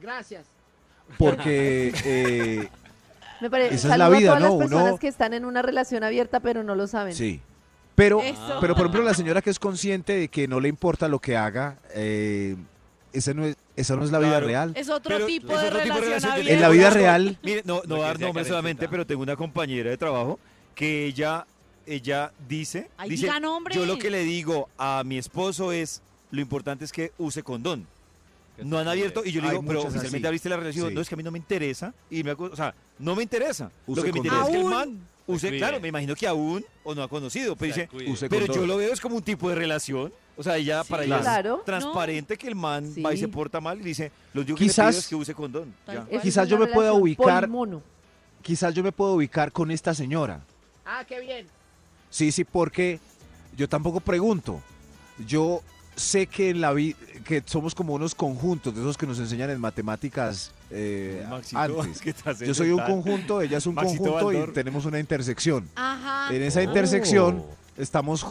Speaker 7: Gracias.
Speaker 1: [laughs]
Speaker 5: porque eh,
Speaker 8: Me parece,
Speaker 5: Esa es la
Speaker 8: saludo
Speaker 5: vida,
Speaker 8: a todas
Speaker 5: ¿no?
Speaker 8: las personas
Speaker 5: Uno-
Speaker 8: que están en una relación abierta pero no lo saben.
Speaker 5: sí. Pero
Speaker 3: Ah.
Speaker 4: Eso.
Speaker 5: pero por ejemplo la señora que es consciente de que no le importa lo que haga, eh, esa no es esa no es la vida
Speaker 3: Claro.
Speaker 5: real.
Speaker 4: Es otro
Speaker 3: Pero-
Speaker 4: tipo
Speaker 3: es
Speaker 4: de
Speaker 3: otro tipo de
Speaker 4: relación
Speaker 3: relación.
Speaker 4: abierta.
Speaker 5: En la vida real
Speaker 3: Mire, no, no
Speaker 6: Lo que
Speaker 3: dar
Speaker 6: decía
Speaker 3: nombres solamente,
Speaker 6: Karencita.
Speaker 3: pero tengo una compañera de trabajo que ella, ella dice,
Speaker 4: Ay,
Speaker 3: dice
Speaker 4: diga nombres.
Speaker 3: yo lo que le digo a mi esposo es, lo importante es que use condón.
Speaker 6: que
Speaker 3: No han
Speaker 6: se-
Speaker 3: abierto y yo le
Speaker 5: Hay
Speaker 3: digo, pero
Speaker 5: muchas
Speaker 3: oficialmente
Speaker 5: así.
Speaker 3: abriste la relación.
Speaker 5: Sí.
Speaker 3: No, es que a mí no me interesa. Y me, acu- o sea, no me interesa.
Speaker 5: Use
Speaker 3: lo que me
Speaker 5: condón.
Speaker 3: interesa
Speaker 5: Pues
Speaker 3: es que el man
Speaker 4: Aún.
Speaker 3: use,
Speaker 6: Cuide.
Speaker 3: claro, me imagino que aún o no ha conocido,
Speaker 6: se
Speaker 3: pero dice,
Speaker 6: cuide.
Speaker 5: use
Speaker 3: pero
Speaker 5: condón.
Speaker 3: yo lo veo es como un tipo de relación. O sea, ella para ella
Speaker 8: Claro.
Speaker 3: es transparente que el man va y
Speaker 8: Sí.
Speaker 3: se porta mal y dice, lo único que le
Speaker 5: Quizás-
Speaker 3: pido es que use condón.
Speaker 4: Tal
Speaker 3: ya.
Speaker 8: Eso es
Speaker 5: Quizás yo
Speaker 8: una
Speaker 5: me pueda
Speaker 8: relación
Speaker 5: ubicar-
Speaker 8: polimono.
Speaker 5: quizás yo me puedo ubicar con esta señora.
Speaker 7: Ah, qué bien.
Speaker 5: Sí, sí, porque yo tampoco pregunto. Yo sé que en la vi- que somos como unos conjuntos de esos que nos enseñan en matemáticas eh,
Speaker 3: Maxito,
Speaker 5: antes.
Speaker 3: ¿qué te haces
Speaker 5: Yo soy un
Speaker 3: sentar?
Speaker 5: conjunto, ella es un
Speaker 3: Maxito
Speaker 5: conjunto y
Speaker 3: Baldor.
Speaker 5: tenemos una intersección.
Speaker 4: Ajá.
Speaker 5: En esa intersección
Speaker 3: oh.
Speaker 5: estamos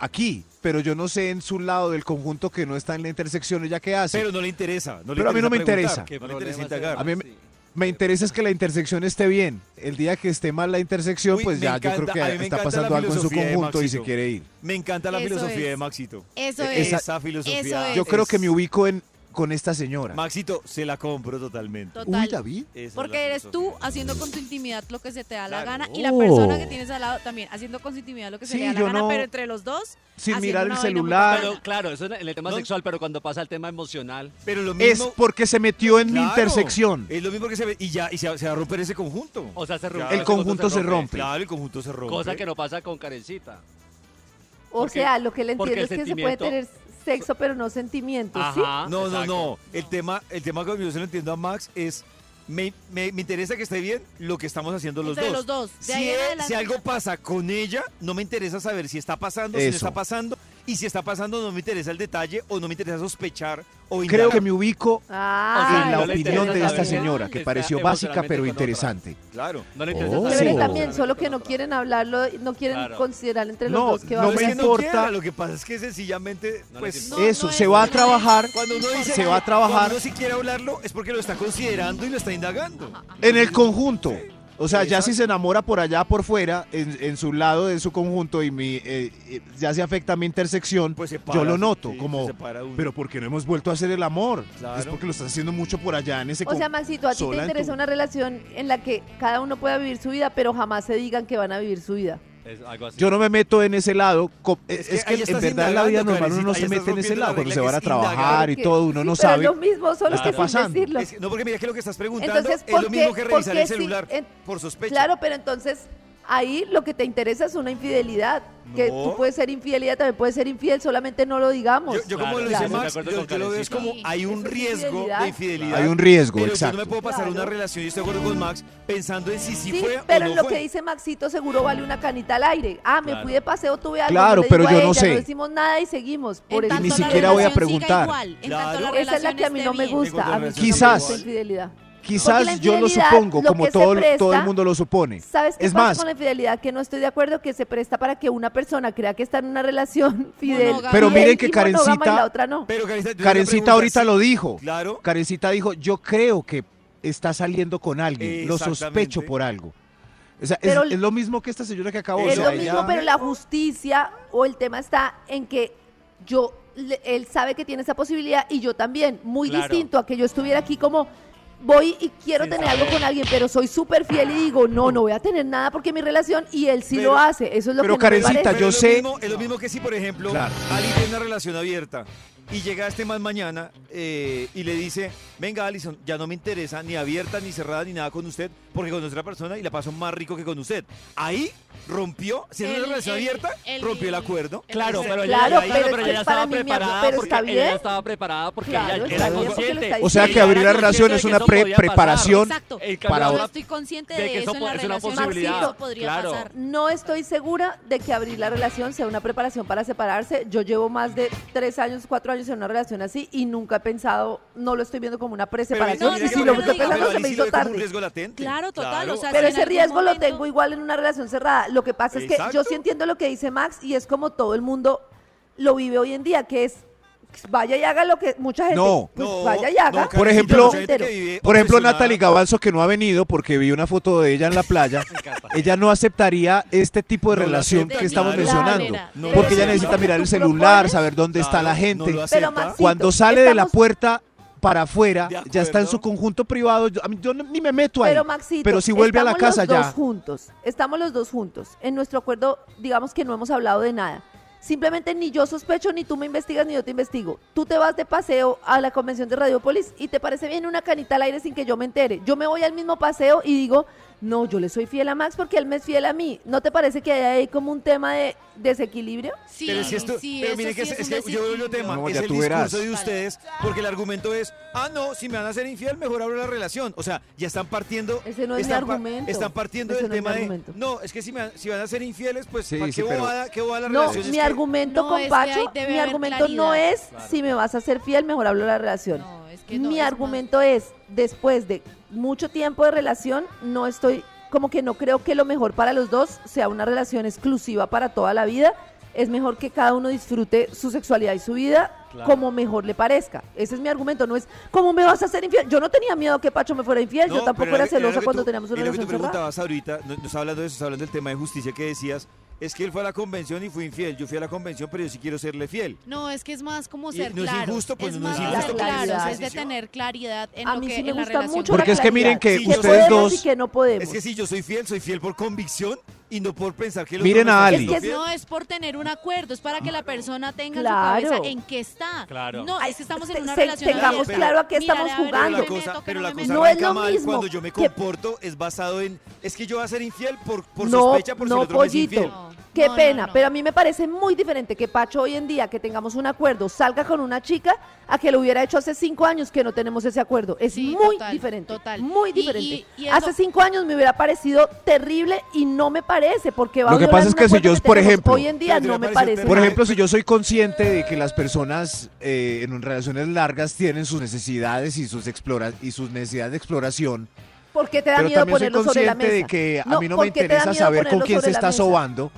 Speaker 5: aquí, pero yo no sé en su lado del conjunto que no está en la intersección, ella qué hace.
Speaker 3: Pero no le interesa. no le
Speaker 5: Pero a mí no me
Speaker 3: preguntar,
Speaker 5: interesa.
Speaker 3: que No le
Speaker 6: problema
Speaker 3: interesa
Speaker 6: será?
Speaker 3: indagar.
Speaker 5: A mí me-
Speaker 6: Sí.
Speaker 5: me interesa es que la intersección esté bien. El día que esté mal la intersección,
Speaker 3: Uy,
Speaker 5: pues
Speaker 3: me
Speaker 5: ya
Speaker 3: encanta,
Speaker 5: yo
Speaker 3: a
Speaker 5: creo
Speaker 3: mí
Speaker 5: que
Speaker 3: me
Speaker 5: está
Speaker 3: encanta
Speaker 5: pasando
Speaker 3: la
Speaker 5: algo en su
Speaker 3: filosofía de
Speaker 5: conjunto y se
Speaker 3: Maxito.
Speaker 5: quiere ir.
Speaker 3: Me encanta la
Speaker 4: Eso
Speaker 3: filosofía
Speaker 4: es.
Speaker 3: de Maxito.
Speaker 4: Eso
Speaker 3: E-
Speaker 4: es.
Speaker 3: Esa, filosofía.
Speaker 4: Eso
Speaker 5: Yo
Speaker 4: es.
Speaker 5: creo que me ubico en con esta señora.
Speaker 3: Maxito, se la compro totalmente.
Speaker 4: Total.
Speaker 5: Uy, David.
Speaker 3: Esa es la
Speaker 4: Porque eres tú
Speaker 3: filosofía.
Speaker 4: haciendo con tu intimidad lo que se te da la
Speaker 3: Claro.
Speaker 4: gana y la persona que tienes al lado también haciendo con su intimidad lo que
Speaker 5: Oh.
Speaker 4: se
Speaker 5: Sí,
Speaker 4: le da la
Speaker 5: yo
Speaker 4: gana,
Speaker 5: no-
Speaker 4: pero entre los dos.
Speaker 5: Sin
Speaker 4: haciendo
Speaker 5: mirar
Speaker 4: una
Speaker 5: el
Speaker 4: vaina muy
Speaker 5: celular.
Speaker 4: bacana.
Speaker 6: Pero claro, eso en el tema
Speaker 3: No.
Speaker 6: sexual, pero cuando pasa al tema emocional,
Speaker 3: Pero lo mismo.
Speaker 5: Es porque se metió en mi
Speaker 3: Claro, Eh,
Speaker 5: intersección.
Speaker 3: Es lo mismo que se ve. Y ya, y se, se va a romper ese conjunto.
Speaker 6: o sea, se rompe.
Speaker 3: El
Speaker 6: ese
Speaker 5: conjunto se rompe.
Speaker 3: Claro, el conjunto se rompe.
Speaker 6: Cosa que no pasa con Karencita.
Speaker 8: O
Speaker 6: Porque-
Speaker 8: sea, lo que le
Speaker 6: porque
Speaker 8: entiendo es
Speaker 6: el
Speaker 8: que se puede
Speaker 6: sentimiento-
Speaker 8: tener sexo pero no sentimientos, ¿Ah, ¿sí?
Speaker 6: Ajá.
Speaker 3: No, no,
Speaker 6: exacto.
Speaker 3: no. El tema, el tema que yo se lo entiendo a Max es me, me- me interesa que esté bien lo que estamos haciendo los
Speaker 4: Entre
Speaker 3: dos.
Speaker 4: los dos. De
Speaker 3: Si,
Speaker 4: ahí en
Speaker 3: él-
Speaker 4: adelante
Speaker 3: si algo
Speaker 4: ya.
Speaker 3: pasa con ella, no me interesa saber si está pasando, si no
Speaker 5: Eso.
Speaker 3: está pasando. Y si está pasando, no me interesa el detalle o no me interesa sospechar o
Speaker 5: Creo
Speaker 3: indagar.
Speaker 5: que me ubico
Speaker 8: Ah,
Speaker 5: en
Speaker 6: no
Speaker 5: la
Speaker 6: le
Speaker 5: opinión de
Speaker 6: interesa
Speaker 5: esta
Speaker 6: saber.
Speaker 5: señora, que
Speaker 6: Está
Speaker 5: pareció básica
Speaker 6: emocionalmente
Speaker 5: pero
Speaker 6: con otra.
Speaker 5: interesante.
Speaker 3: Claro.
Speaker 6: No le
Speaker 5: Oh.
Speaker 6: interesa.
Speaker 8: chévere
Speaker 5: Sí.
Speaker 8: también, solo que no quieren hablarlo, no quieren
Speaker 6: Claro.
Speaker 8: considerar entre los
Speaker 5: No,
Speaker 8: dos que va
Speaker 5: no
Speaker 8: a
Speaker 3: es
Speaker 5: me
Speaker 8: hablar.
Speaker 3: que no
Speaker 5: importa.
Speaker 3: quiera, lo que pasa es que sencillamente,
Speaker 6: No le
Speaker 3: pues,
Speaker 6: interesa.
Speaker 5: Eso,
Speaker 4: no
Speaker 5: se
Speaker 4: es
Speaker 5: va a
Speaker 4: una-
Speaker 5: trabajar
Speaker 3: cuando uno dice
Speaker 5: Se va a trabajar.
Speaker 3: cuando uno si quiere hablarlo, es porque lo está considerando y lo está indagando.
Speaker 5: en el conjunto. O sea, ya
Speaker 3: Exacto.
Speaker 5: si se enamora por allá, por fuera, en, en su lado de su conjunto y mi, eh, eh, ya se afecta a mi intersección,
Speaker 3: Pues se
Speaker 5: yo
Speaker 3: para,
Speaker 5: lo noto
Speaker 3: sí,
Speaker 5: como,
Speaker 3: se separa uno.
Speaker 5: pero porque no hemos vuelto a hacer el amor?
Speaker 3: Claro.
Speaker 5: Es porque lo estás haciendo mucho por allá en ese
Speaker 8: O sea,
Speaker 5: con-
Speaker 8: Maxito, a ti te
Speaker 5: sola en
Speaker 8: interesa
Speaker 5: tu-
Speaker 8: una relación en la que cada uno pueda vivir su vida, pero jamás se digan que van a vivir su vida.
Speaker 6: Es algo así.
Speaker 5: Yo no me meto en ese lado. co- Es, es que,
Speaker 3: ahí
Speaker 5: en
Speaker 3: estás
Speaker 5: verdad en la vida
Speaker 3: indagando,
Speaker 5: normal uno
Speaker 3: Karencita,
Speaker 5: no
Speaker 3: ahí
Speaker 5: se
Speaker 3: estás
Speaker 5: mete en ese
Speaker 3: rompiendo
Speaker 5: lado.
Speaker 3: la
Speaker 5: Cuando se
Speaker 3: regla
Speaker 5: van a
Speaker 3: que es indagar.
Speaker 5: trabajar y
Speaker 8: Porque-
Speaker 5: todo, uno no
Speaker 8: sí, pero
Speaker 5: sabe.
Speaker 8: es lo mismo, solo
Speaker 6: Claro.
Speaker 8: que sin
Speaker 5: Pasando.
Speaker 8: decirlo.
Speaker 3: Es que- no, porque mira que lo que estás preguntando
Speaker 8: Entonces,
Speaker 3: es
Speaker 8: ¿por
Speaker 3: lo
Speaker 8: qué-
Speaker 3: mismo que
Speaker 8: por
Speaker 3: revisar
Speaker 8: qué
Speaker 3: el
Speaker 8: sí?
Speaker 3: celular
Speaker 8: En-
Speaker 3: por sospecha.
Speaker 8: Claro, pero entonces ahí lo que te interesa es una infidelidad. Que
Speaker 3: No.
Speaker 8: tú puedes ser infidelidad, también puedes ser infiel, solamente no lo digamos.
Speaker 3: Yo, yo como
Speaker 6: Claro,
Speaker 3: lo
Speaker 6: claro.
Speaker 3: dice Max,
Speaker 6: Estoy de
Speaker 3: yo,
Speaker 6: acuerdo
Speaker 3: yo
Speaker 6: con
Speaker 3: lo veo es
Speaker 6: Karencita.
Speaker 3: como
Speaker 8: Sí,
Speaker 3: hay un
Speaker 8: eso es
Speaker 3: riesgo
Speaker 8: infidelidad.
Speaker 3: de infidelidad.
Speaker 5: Hay un riesgo,
Speaker 3: Pero yo no
Speaker 5: exacto.
Speaker 3: me puedo pasar
Speaker 8: Claro.
Speaker 3: una relación, y estoy de acuerdo con Max, pensando en si sí
Speaker 8: Sí,
Speaker 3: fue o
Speaker 8: pero
Speaker 3: no
Speaker 8: en lo
Speaker 3: fue.
Speaker 8: que dice Maxito seguro vale una canita al aire. Ah, me
Speaker 6: Claro.
Speaker 8: fui de paseo, tuve algo.
Speaker 5: Claro,
Speaker 8: no le
Speaker 5: pero
Speaker 8: digo a
Speaker 5: yo no
Speaker 8: ella,
Speaker 5: sé.
Speaker 8: No decimos nada y seguimos. Por
Speaker 4: En
Speaker 8: eso
Speaker 5: Y ni
Speaker 4: tanto la
Speaker 8: no
Speaker 5: siquiera voy a
Speaker 4: relación siga
Speaker 5: preguntar.
Speaker 4: igual, en tanto
Speaker 3: Claro.
Speaker 4: la
Speaker 8: Esa es la que a mí
Speaker 4: relación
Speaker 8: no me
Speaker 4: esté bien.
Speaker 8: gusta. A mí sí me
Speaker 5: Quizás.
Speaker 8: gusta infidelidad. Porque la
Speaker 5: Quizás yo lo
Speaker 8: infidelidad,
Speaker 5: supongo,
Speaker 8: lo
Speaker 5: como
Speaker 8: que se
Speaker 5: todo,
Speaker 8: presta-
Speaker 5: todo el mundo lo supone.
Speaker 8: ¿Sabes qué
Speaker 5: es
Speaker 8: pasa
Speaker 5: más,
Speaker 8: con la infidelidad? Que no estoy de acuerdo que se presta para que una persona crea que está en una relación fidel.
Speaker 4: Monógama. Pero
Speaker 8: fiel
Speaker 5: miren que
Speaker 8: y monógama
Speaker 5: Karencita-
Speaker 8: y la otra no.
Speaker 3: Pero Karencita, yo tengo una
Speaker 5: Karencita
Speaker 3: pregunta,
Speaker 5: ahorita
Speaker 3: sí,
Speaker 5: lo dijo.
Speaker 3: Claro.
Speaker 5: Karencita dijo, yo creo que está saliendo con alguien, lo sospecho
Speaker 3: Exactamente.
Speaker 5: por algo. O sea, es,
Speaker 8: Pero-
Speaker 5: es lo mismo que esta señora que acabó.
Speaker 8: Es
Speaker 3: O
Speaker 8: lo
Speaker 3: sea,
Speaker 8: mismo,
Speaker 3: ya-
Speaker 8: pero la justicia o el tema está en que yo, le- él sabe que tiene esa posibilidad y yo también. Muy
Speaker 6: Claro.
Speaker 8: distinto a que yo estuviera aquí como voy y quiero
Speaker 6: Sin
Speaker 8: tener
Speaker 6: saber.
Speaker 8: algo con alguien, pero soy súper fiel y digo, no, no voy a tener nada porque mi relación y él sí
Speaker 3: Pero-
Speaker 8: lo hace. Eso es lo
Speaker 5: pero
Speaker 8: que no me
Speaker 5: Karencita,
Speaker 8: parece.
Speaker 5: yo
Speaker 3: es lo
Speaker 5: sé-
Speaker 3: mismo- es lo mismo que si, por ejemplo,
Speaker 5: Claro.
Speaker 3: Ali tiene una relación abierta y llega este más mañana eh, y le dice, venga Alison, ya no me interesa ni abierta, ni cerrada, ni nada con usted, porque con otra persona y la paso más rico que con usted. Ahí rompió, si es
Speaker 4: El-
Speaker 3: una relación
Speaker 4: el-
Speaker 3: abierta,
Speaker 4: el-
Speaker 3: rompió el acuerdo.
Speaker 6: Claro, pero ella,
Speaker 8: Claro,
Speaker 6: ella-
Speaker 8: pero
Speaker 6: claro,
Speaker 8: es
Speaker 6: pero
Speaker 8: que
Speaker 6: ella
Speaker 8: para
Speaker 6: estaba
Speaker 8: mí me hace-
Speaker 6: preparada
Speaker 8: pero
Speaker 6: porque
Speaker 8: está
Speaker 6: ella
Speaker 8: bien.
Speaker 6: estaba preparada porque
Speaker 8: Claro,
Speaker 6: ella
Speaker 8: está
Speaker 6: era
Speaker 8: bien, porque lo
Speaker 6: consciente.
Speaker 8: está
Speaker 5: O sea,
Speaker 6: Ella
Speaker 5: que
Speaker 6: era
Speaker 5: abrir la
Speaker 6: consciente
Speaker 5: relación
Speaker 6: de
Speaker 5: es
Speaker 6: que
Speaker 5: una
Speaker 6: eso podía
Speaker 5: pre-
Speaker 6: pasar.
Speaker 5: preparación
Speaker 4: Exacto.
Speaker 6: En cambio,
Speaker 5: para
Speaker 4: Yo
Speaker 6: ahora-
Speaker 5: otra.
Speaker 4: estoy consciente
Speaker 6: de
Speaker 4: de,
Speaker 6: que
Speaker 4: eso
Speaker 6: eso
Speaker 4: en la
Speaker 6: es una
Speaker 4: relación.
Speaker 8: posibilidad.
Speaker 4: Maxito, podría
Speaker 6: Claro.
Speaker 4: pasar.
Speaker 8: No estoy segura de que abrir la relación sea una preparación para separarse. Yo llevo más de tres años, cuatro años en una relación así y nunca he pensado, no lo estoy viendo como una
Speaker 4: No,
Speaker 8: preseparación.
Speaker 4: no,
Speaker 8: y si
Speaker 4: no,
Speaker 8: lo
Speaker 4: no,
Speaker 8: estoy
Speaker 4: no,
Speaker 8: pensando,
Speaker 4: pero
Speaker 8: se me hizo
Speaker 3: como un
Speaker 8: tarde.
Speaker 3: riesgo latente.
Speaker 4: Claro, total, o sea,
Speaker 8: Pero
Speaker 4: en
Speaker 8: ese
Speaker 4: algún
Speaker 8: riesgo lo
Speaker 4: momento-
Speaker 8: tengo igual en una relación cerrada. Lo que pasa es que yo
Speaker 3: Exacto.
Speaker 8: sí entiendo lo que dice Max y es como todo el mundo lo vive hoy en día, que es vaya y haga lo que mucha gente
Speaker 5: No.
Speaker 8: pues,
Speaker 3: No,
Speaker 8: vaya y haga.
Speaker 3: no,
Speaker 5: Por
Speaker 3: Karencita,
Speaker 5: ejemplo-
Speaker 3: mucha gente que vive
Speaker 5: Por ejemplo,
Speaker 3: obsesionada-
Speaker 5: Natalie Gavanzo, que no ha venido porque vi una foto de ella en la
Speaker 3: [laughs]
Speaker 5: playa, ella no aceptaría este tipo de
Speaker 3: No lo
Speaker 5: relación
Speaker 3: acepta,
Speaker 5: que estamos
Speaker 3: claro.
Speaker 5: mencionando.
Speaker 4: Claro.
Speaker 3: No
Speaker 5: Porque
Speaker 3: lo
Speaker 5: ella
Speaker 3: acepta.
Speaker 5: necesita mirar el
Speaker 8: ¿Tú
Speaker 5: celular,
Speaker 8: propones?
Speaker 5: saber dónde está
Speaker 3: Claro,
Speaker 5: la
Speaker 3: no lo
Speaker 5: gente.
Speaker 3: acepta.
Speaker 8: Pero Maxito,
Speaker 5: Cuando sale de la
Speaker 8: estamos-
Speaker 5: puerta para afuera,
Speaker 3: De
Speaker 5: ya está en su
Speaker 3: acuerdo.
Speaker 5: conjunto privado. Yo, a mí- yo no- ni me meto ahí.
Speaker 8: Pero Maxito,
Speaker 5: Pero si vuelve a la
Speaker 8: estamos
Speaker 5: casa
Speaker 8: los dos
Speaker 5: ya.
Speaker 8: juntos. Estamos los dos juntos. En nuestro acuerdo, digamos que no hemos hablado de nada. Simplemente ni yo sospecho, ni tú me investigas, ni yo te investigo. Tú te vas de paseo a la convención de Radiopolis y te parece bien una canita al aire sin que yo me entere. Yo me voy al mismo paseo y digo, no, yo le soy fiel a Max porque él me es fiel a mí. ¿No te parece que hay ahí como un tema de desequilibrio?
Speaker 4: Sí,
Speaker 3: pero si esto,
Speaker 4: sí,
Speaker 3: pero
Speaker 4: eso
Speaker 3: mire que,
Speaker 4: sí
Speaker 3: es,
Speaker 4: es
Speaker 3: es
Speaker 4: un
Speaker 3: que yo veo otro tema,
Speaker 5: No,
Speaker 3: es
Speaker 5: ya
Speaker 3: el
Speaker 5: tú
Speaker 3: discurso
Speaker 5: verás.
Speaker 3: de ustedes, porque el argumento es, ah no, si me van a hacer infiel, mejor abro la relación. O sea, ya están partiendo,
Speaker 8: Ese no es mi
Speaker 3: están, pa-
Speaker 8: argumento.
Speaker 3: están partiendo
Speaker 8: Ese
Speaker 3: del
Speaker 8: no es mi
Speaker 3: tema de,
Speaker 8: argumento.
Speaker 3: no, es que si, me- si van a ser infieles, pues
Speaker 5: Sí,
Speaker 3: ¿pa'
Speaker 5: sí,
Speaker 3: qué,
Speaker 5: pero-
Speaker 3: bobada, qué bobada la
Speaker 8: No,
Speaker 3: relación. Es
Speaker 8: mi
Speaker 3: que-
Speaker 8: argumento
Speaker 4: No,
Speaker 8: con
Speaker 4: es que
Speaker 8: Pacho,
Speaker 4: ahí debe
Speaker 8: mi
Speaker 4: haber
Speaker 8: argumento
Speaker 4: claridad.
Speaker 8: no es si me vas a ser fiel, mejor hablo la relación.
Speaker 4: No, es que no,
Speaker 8: mi
Speaker 4: es más-
Speaker 8: argumento es, después de mucho tiempo de relación, no estoy, como que no creo que lo mejor para los dos sea una relación exclusiva para toda la vida. Es mejor que cada uno disfrute su sexualidad y su vida
Speaker 6: Claro.
Speaker 8: como mejor le parezca. Ese es mi argumento, no es como me vas a hacer infiel. Yo no tenía miedo que Pacho me fuera infiel, yo
Speaker 3: No,
Speaker 8: tampoco
Speaker 3: pero
Speaker 8: era
Speaker 3: lo que- lo
Speaker 8: celosa
Speaker 3: que
Speaker 8: cuando
Speaker 3: tú-
Speaker 8: teníamos una
Speaker 3: mira lo que
Speaker 8: relación
Speaker 3: tú
Speaker 8: cerrada.
Speaker 3: preguntabas ahorita, no, no estaba hablando de eso, estaba hablando del tema de justicia que decías, es que él fue a la convención y fue infiel, yo fui a la convención, pero yo sí quiero serle fiel.
Speaker 4: No, es que es más como
Speaker 3: Y
Speaker 4: ser
Speaker 3: no es
Speaker 4: claros.
Speaker 3: injusto, pues,
Speaker 4: es
Speaker 3: no es
Speaker 4: más ser
Speaker 8: injusto, pues,
Speaker 4: claros,
Speaker 8: la
Speaker 4: es de
Speaker 3: decisión.
Speaker 4: tener claridad en
Speaker 8: A
Speaker 4: lo
Speaker 8: mí
Speaker 4: que
Speaker 8: sí me
Speaker 4: en la
Speaker 8: gusta
Speaker 4: relación.
Speaker 8: mucho
Speaker 5: Porque
Speaker 8: la
Speaker 5: es que miren
Speaker 8: claridad.
Speaker 5: que
Speaker 8: ¿Qué
Speaker 3: ustedes
Speaker 8: podemos y
Speaker 5: dos-
Speaker 8: que no podemos.
Speaker 3: Es que si yo soy fiel, soy fiel por convicción y no por pensar que los
Speaker 5: Miren a Ali.
Speaker 8: Es que es-
Speaker 4: No es por tener un acuerdo, es para que la persona tenga en
Speaker 8: Claro.
Speaker 4: su cabeza en qué está.
Speaker 6: Claro.
Speaker 4: No,
Speaker 8: Ay,
Speaker 4: es que estamos en
Speaker 8: te-
Speaker 4: una
Speaker 8: se-
Speaker 4: relación.
Speaker 8: tengamos
Speaker 4: abierta.
Speaker 8: claro a qué
Speaker 4: Mirar, ver,
Speaker 8: estamos
Speaker 4: no
Speaker 8: jugando.
Speaker 3: Pero
Speaker 4: me
Speaker 3: la cosa,
Speaker 4: meto, que
Speaker 3: pero
Speaker 4: no
Speaker 3: la
Speaker 4: me
Speaker 3: cosa
Speaker 4: meto.
Speaker 8: No es
Speaker 3: arranca
Speaker 8: lo
Speaker 3: mal
Speaker 8: mismo
Speaker 3: cuando yo me
Speaker 8: que-
Speaker 3: comporto es basado en es que yo voy a ser infiel por, por
Speaker 8: No,
Speaker 3: sospecha por si
Speaker 8: no,
Speaker 3: el otro me es
Speaker 8: pollito.
Speaker 3: infiel.
Speaker 4: No.
Speaker 8: Qué
Speaker 4: No, no,
Speaker 8: pena,
Speaker 4: no.
Speaker 8: pero a mí me parece muy diferente que Pacho hoy en día, que tengamos un acuerdo, salga con una chica a que lo hubiera hecho hace cinco años que no tenemos ese acuerdo. Es
Speaker 4: Sí,
Speaker 8: muy
Speaker 4: total,
Speaker 8: diferente.
Speaker 4: total.
Speaker 8: Muy
Speaker 4: Y-
Speaker 8: diferente.
Speaker 4: y- y
Speaker 8: hace
Speaker 4: eso-
Speaker 8: cinco años me hubiera parecido terrible y no me parece, porque va
Speaker 5: Lo que
Speaker 8: a violar
Speaker 5: pasa es
Speaker 8: un
Speaker 5: que si
Speaker 8: acuerdo
Speaker 5: yo, por
Speaker 8: tenemos
Speaker 5: ejemplo-
Speaker 8: hoy en día
Speaker 3: Te
Speaker 8: no me
Speaker 3: parece
Speaker 8: parece.
Speaker 3: terrible.
Speaker 5: Por
Speaker 8: mal.
Speaker 5: ejemplo, si yo soy consciente de que las personas eh, en relaciones largas tienen sus necesidades y sus explora y sus necesidades de exploración,
Speaker 8: ¿por qué te da
Speaker 5: pero
Speaker 8: miedo
Speaker 5: también soy
Speaker 8: ponerlo sobre la
Speaker 5: consciente
Speaker 8: mesa?
Speaker 5: de que a mí no
Speaker 8: ¿por
Speaker 5: me
Speaker 8: qué te da
Speaker 5: interesa
Speaker 8: miedo
Speaker 5: saber con
Speaker 8: ponerlo
Speaker 5: quién
Speaker 8: sobre
Speaker 5: se
Speaker 8: la
Speaker 5: está
Speaker 8: mesa?
Speaker 5: sobando,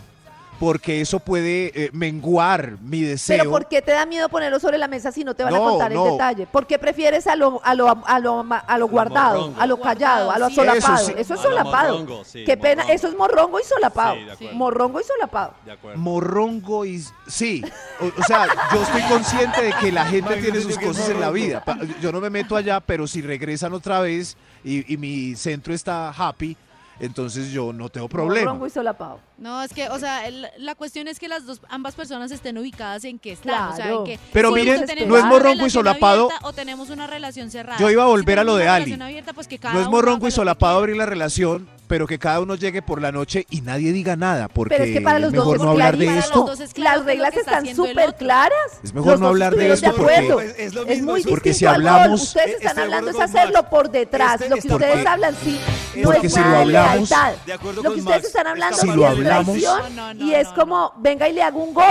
Speaker 5: porque eso puede eh, menguar mi deseo.
Speaker 8: Pero ¿por qué te da miedo ponerlo sobre la mesa si no te van a
Speaker 5: No,
Speaker 8: contar
Speaker 5: no.
Speaker 8: el detalle? ¿Por qué prefieres a lo, a lo, a lo, ma- a lo guardado,
Speaker 6: morrongo.
Speaker 8: a lo callado, a
Speaker 4: Guardado,
Speaker 8: lo
Speaker 5: sí.
Speaker 8: solapado?
Speaker 5: Eso sí.
Speaker 8: Eso, es
Speaker 6: A lo
Speaker 8: solapado.
Speaker 6: morrongo, sí,
Speaker 8: qué pena,
Speaker 6: morrongo.
Speaker 8: eso es morrongo y solapado.
Speaker 6: Sí, de acuerdo.
Speaker 8: Morrongo y solapado.
Speaker 6: De acuerdo.
Speaker 5: Morrongo y... Sí, o, o sea, yo estoy consciente de que la gente tiene sus cosas en la vida. Pa- Yo no me meto allá, pero si regresan otra vez y, y mi centro está happy, entonces yo no tengo problema.
Speaker 8: Morrongo y solapado.
Speaker 4: No, es que, o sea, el- la cuestión es que las dos, ambas personas estén ubicadas en que están. O sea,
Speaker 8: Claro.
Speaker 4: en que
Speaker 5: Pero
Speaker 4: si
Speaker 5: miren,
Speaker 4: tenemos
Speaker 5: no es
Speaker 4: una
Speaker 5: morrongo y
Speaker 4: relación
Speaker 5: solapado.
Speaker 4: abierta o tenemos una relación cerrada.
Speaker 5: Yo iba a
Speaker 4: Si
Speaker 5: volver a lo
Speaker 4: tenemos
Speaker 5: de
Speaker 4: una
Speaker 5: Ali.
Speaker 4: relación abierta, pues que cada
Speaker 5: No es
Speaker 4: uno haga
Speaker 5: morrongo
Speaker 4: lo
Speaker 5: y
Speaker 4: que
Speaker 5: solapado
Speaker 4: quiera.
Speaker 5: abrir la relación, pero que cada uno llegue por la noche y nadie diga nada, porque
Speaker 8: Pero es que para los
Speaker 5: es
Speaker 8: dos
Speaker 5: mejor
Speaker 8: es
Speaker 5: no hablar
Speaker 8: clarísimo.
Speaker 5: de
Speaker 4: Para
Speaker 5: esto.
Speaker 4: los dos es claro
Speaker 8: Las
Speaker 4: que lo
Speaker 8: reglas
Speaker 4: que está
Speaker 8: están
Speaker 4: haciendo el
Speaker 8: súper
Speaker 4: otro.
Speaker 8: claras.
Speaker 5: Es mejor
Speaker 8: Los
Speaker 5: no
Speaker 8: dos
Speaker 5: hablar de
Speaker 8: estuvieron
Speaker 5: esto
Speaker 8: de
Speaker 5: porque-
Speaker 8: acuerdo.
Speaker 3: Es- es lo
Speaker 8: Es
Speaker 3: mismo,
Speaker 8: muy
Speaker 3: eso es-
Speaker 5: Porque si
Speaker 8: distinto al gol.
Speaker 5: hablamos-
Speaker 8: Ustedes
Speaker 3: Este
Speaker 8: están
Speaker 3: de
Speaker 8: hablando es
Speaker 3: acuerdo con
Speaker 8: hacerlo
Speaker 3: Max.
Speaker 8: por detrás.
Speaker 3: Este
Speaker 8: lo que
Speaker 3: está-
Speaker 8: ustedes
Speaker 5: porque-
Speaker 8: hablan sí
Speaker 3: Este
Speaker 8: no
Speaker 5: porque
Speaker 8: es
Speaker 5: si lo
Speaker 8: una
Speaker 5: hablamos-
Speaker 8: lealtad.
Speaker 3: De acuerdo
Speaker 8: Lo que
Speaker 3: con
Speaker 8: ustedes
Speaker 3: Max,
Speaker 8: están hablando
Speaker 3: esta
Speaker 5: Si
Speaker 8: sí
Speaker 5: lo
Speaker 8: es
Speaker 3: parte de la
Speaker 5: hablamos-
Speaker 8: traición
Speaker 4: No, no,
Speaker 8: y
Speaker 4: no,
Speaker 8: es
Speaker 4: no,
Speaker 8: como, venga y le hago un gol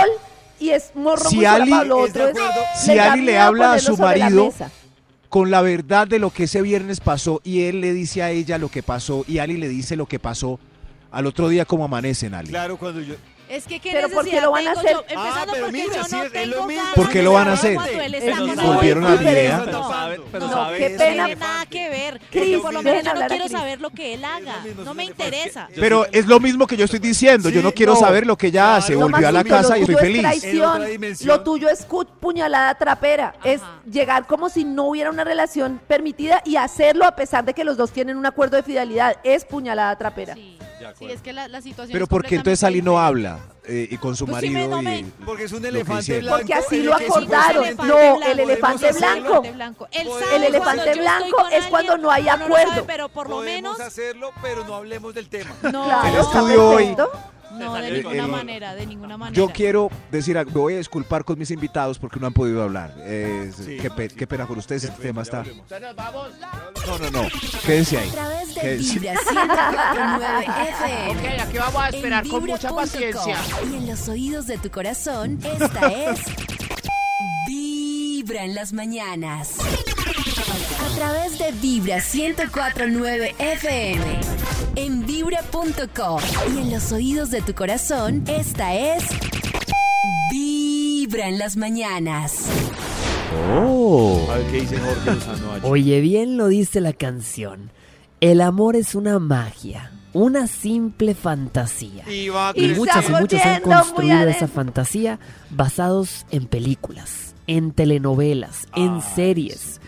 Speaker 8: y es morro
Speaker 5: Si
Speaker 8: muy
Speaker 5: Ali
Speaker 8: solapado, lo
Speaker 3: es de
Speaker 8: otro es-
Speaker 3: acuerdo-
Speaker 5: si
Speaker 8: da
Speaker 5: Ali le
Speaker 8: miedo
Speaker 5: habla a
Speaker 8: ponerlo
Speaker 5: su
Speaker 8: sobre la
Speaker 5: marido,
Speaker 8: mesa.
Speaker 5: Con la verdad de lo que ese viernes pasó y él le dice a ella lo que pasó y Ali le dice lo que pasó al otro día como amanecen, Ali.
Speaker 3: Claro, cuando yo.
Speaker 4: Es que ¿qué
Speaker 8: Pero ¿por qué
Speaker 4: necesidad
Speaker 8: lo van a
Speaker 4: tengo
Speaker 8: hacer?
Speaker 4: yo?
Speaker 3: Ah,
Speaker 4: empezando
Speaker 3: pero
Speaker 4: porque
Speaker 3: mira,
Speaker 4: yo
Speaker 3: sí,
Speaker 4: no
Speaker 3: es- es
Speaker 4: tengo
Speaker 3: lo mismo.
Speaker 4: ganas
Speaker 5: ¿Por qué
Speaker 4: de
Speaker 5: lo van a
Speaker 4: saber
Speaker 5: hacer?
Speaker 4: cuando él está
Speaker 8: Pero
Speaker 4: con
Speaker 8: no
Speaker 4: alguien.
Speaker 5: volvieron a la idea.
Speaker 6: Pero sabe- pero
Speaker 8: No,
Speaker 6: sabe
Speaker 8: qué
Speaker 6: es-
Speaker 4: No
Speaker 8: pena.
Speaker 4: tiene nada que ver.
Speaker 8: Cris,
Speaker 4: Porque por lo menos
Speaker 8: ven a
Speaker 4: yo no
Speaker 8: hablar a
Speaker 4: quiero
Speaker 8: Cris.
Speaker 4: saber lo que él haga.
Speaker 3: mismo,
Speaker 4: No me
Speaker 3: es que-
Speaker 4: interesa.
Speaker 3: yo-
Speaker 5: Pero es lo mismo que yo estoy diciendo. yo
Speaker 3: Sí,
Speaker 5: no quiero
Speaker 3: no.
Speaker 5: saber lo que ella hace.
Speaker 3: Claro.
Speaker 8: Lo
Speaker 5: ah, Volvió
Speaker 8: más
Speaker 5: a la
Speaker 8: sutil, lo
Speaker 5: casa y estoy
Speaker 8: tuyo es
Speaker 5: feliz.
Speaker 3: En otra
Speaker 8: traición,
Speaker 3: dimensión.
Speaker 8: lo tuyo es cu- puñalada trapera. Es llegar como si no hubiera una relación permitida y hacerlo a pesar de que los dos tienen un acuerdo de fidelidad. Es puñalada trapera.
Speaker 4: Sí,
Speaker 6: De acuerdo.
Speaker 4: sí, es que la, la situación
Speaker 5: Pero
Speaker 4: es
Speaker 5: ¿por qué entonces Ali no
Speaker 4: completamente
Speaker 5: habla eh, y con su
Speaker 4: Pues sí, me-
Speaker 5: marido
Speaker 4: no me-
Speaker 5: y
Speaker 3: Porque es un
Speaker 5: que
Speaker 3: elefante
Speaker 5: hicieron.
Speaker 3: blanco.
Speaker 8: Porque así
Speaker 3: el
Speaker 8: lo
Speaker 3: que
Speaker 8: acordaron.
Speaker 3: supuestamente
Speaker 8: No, el
Speaker 3: podemos
Speaker 8: elefante
Speaker 3: hacerlo.
Speaker 8: blanco.
Speaker 4: Él
Speaker 3: El
Speaker 4: sabe cuando
Speaker 8: elefante
Speaker 4: yo estoy
Speaker 8: blanco
Speaker 4: con
Speaker 8: es cuando no hay
Speaker 4: o lo sabe,
Speaker 8: acuerdo.
Speaker 4: pero por lo
Speaker 3: Podemos
Speaker 4: menos
Speaker 3: hacerlo, pero no hablemos del tema.
Speaker 4: no,
Speaker 8: Claro,
Speaker 5: El
Speaker 8: está
Speaker 5: estudio hoy-
Speaker 8: perfecto.
Speaker 4: no de
Speaker 5: Eh,
Speaker 4: ninguna
Speaker 5: eh,
Speaker 4: manera, de ninguna manera.
Speaker 5: Yo quiero decir, algo, me voy a disculpar con mis invitados porque no han podido hablar. Eh, qué, pe- qué pena con ustedes, este tema está. No, no, no. Quédense ahí.
Speaker 2: A través de
Speaker 5: ¿Qué decir?
Speaker 2: Vibra 104.9
Speaker 8: Eh,
Speaker 2: FM.
Speaker 7: Ok, aquí vamos a
Speaker 2: En
Speaker 7: esperar con
Speaker 2: vibra
Speaker 7: mucha
Speaker 2: punto com.
Speaker 7: paciencia.
Speaker 2: Y en los oídos de tu corazón, esta es. Vibra en las mañanas. A través de Vibra 104.9 FM. En vibra.com. Y en los oídos de tu corazón, esta es. Vibra en las mañanas.
Speaker 9: Oh.
Speaker 3: A ver qué dice Jorge
Speaker 5: [laughs]
Speaker 3: Lozano H.
Speaker 9: Oye, bien lo dice la canción. El amor es una magia, una simple fantasía.
Speaker 3: Y va a
Speaker 8: Y
Speaker 9: Y
Speaker 3: crecer.
Speaker 9: muchas y
Speaker 8: estamos
Speaker 9: muchos han
Speaker 8: yendo muy
Speaker 9: construido esa
Speaker 8: adentro.
Speaker 9: fantasía basados en películas, en telenovelas, en series.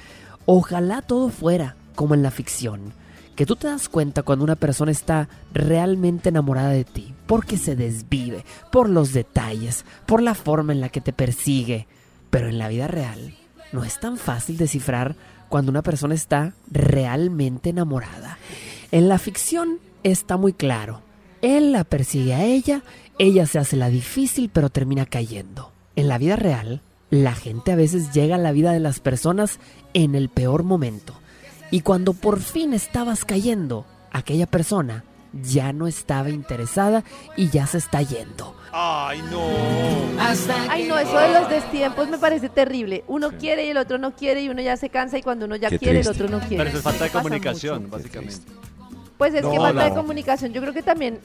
Speaker 9: Ojalá todo fuera como en la ficción. Que tú te das cuenta cuando una persona está realmente enamorada de ti, porque se desvive, por los detalles, por la forma en la que te persigue. Pero en la vida real no es tan fácil descifrar cuando una persona está realmente enamorada. En la ficción está muy claro. Él la persigue a ella, ella se hace la difícil pero termina cayendo. En la vida real, la gente a veces llega a la vida de las personas en el peor momento. Y cuando por fin estabas cayendo, aquella persona ya no estaba interesada y ya se está yendo.
Speaker 3: Ay, no.
Speaker 8: Ay, no, eso de los destiempos me parece terrible. Uno quiere y el otro no quiere y uno ya se cansa y cuando uno ya
Speaker 9: Qué
Speaker 8: quiere el
Speaker 9: triste.
Speaker 8: otro no quiere.
Speaker 6: Pero eso es falta de
Speaker 8: Eso pasa
Speaker 6: comunicación,
Speaker 8: mucho.
Speaker 6: básicamente.
Speaker 8: Pues es que
Speaker 5: No,
Speaker 8: falta de
Speaker 5: no.
Speaker 8: comunicación. Yo creo que también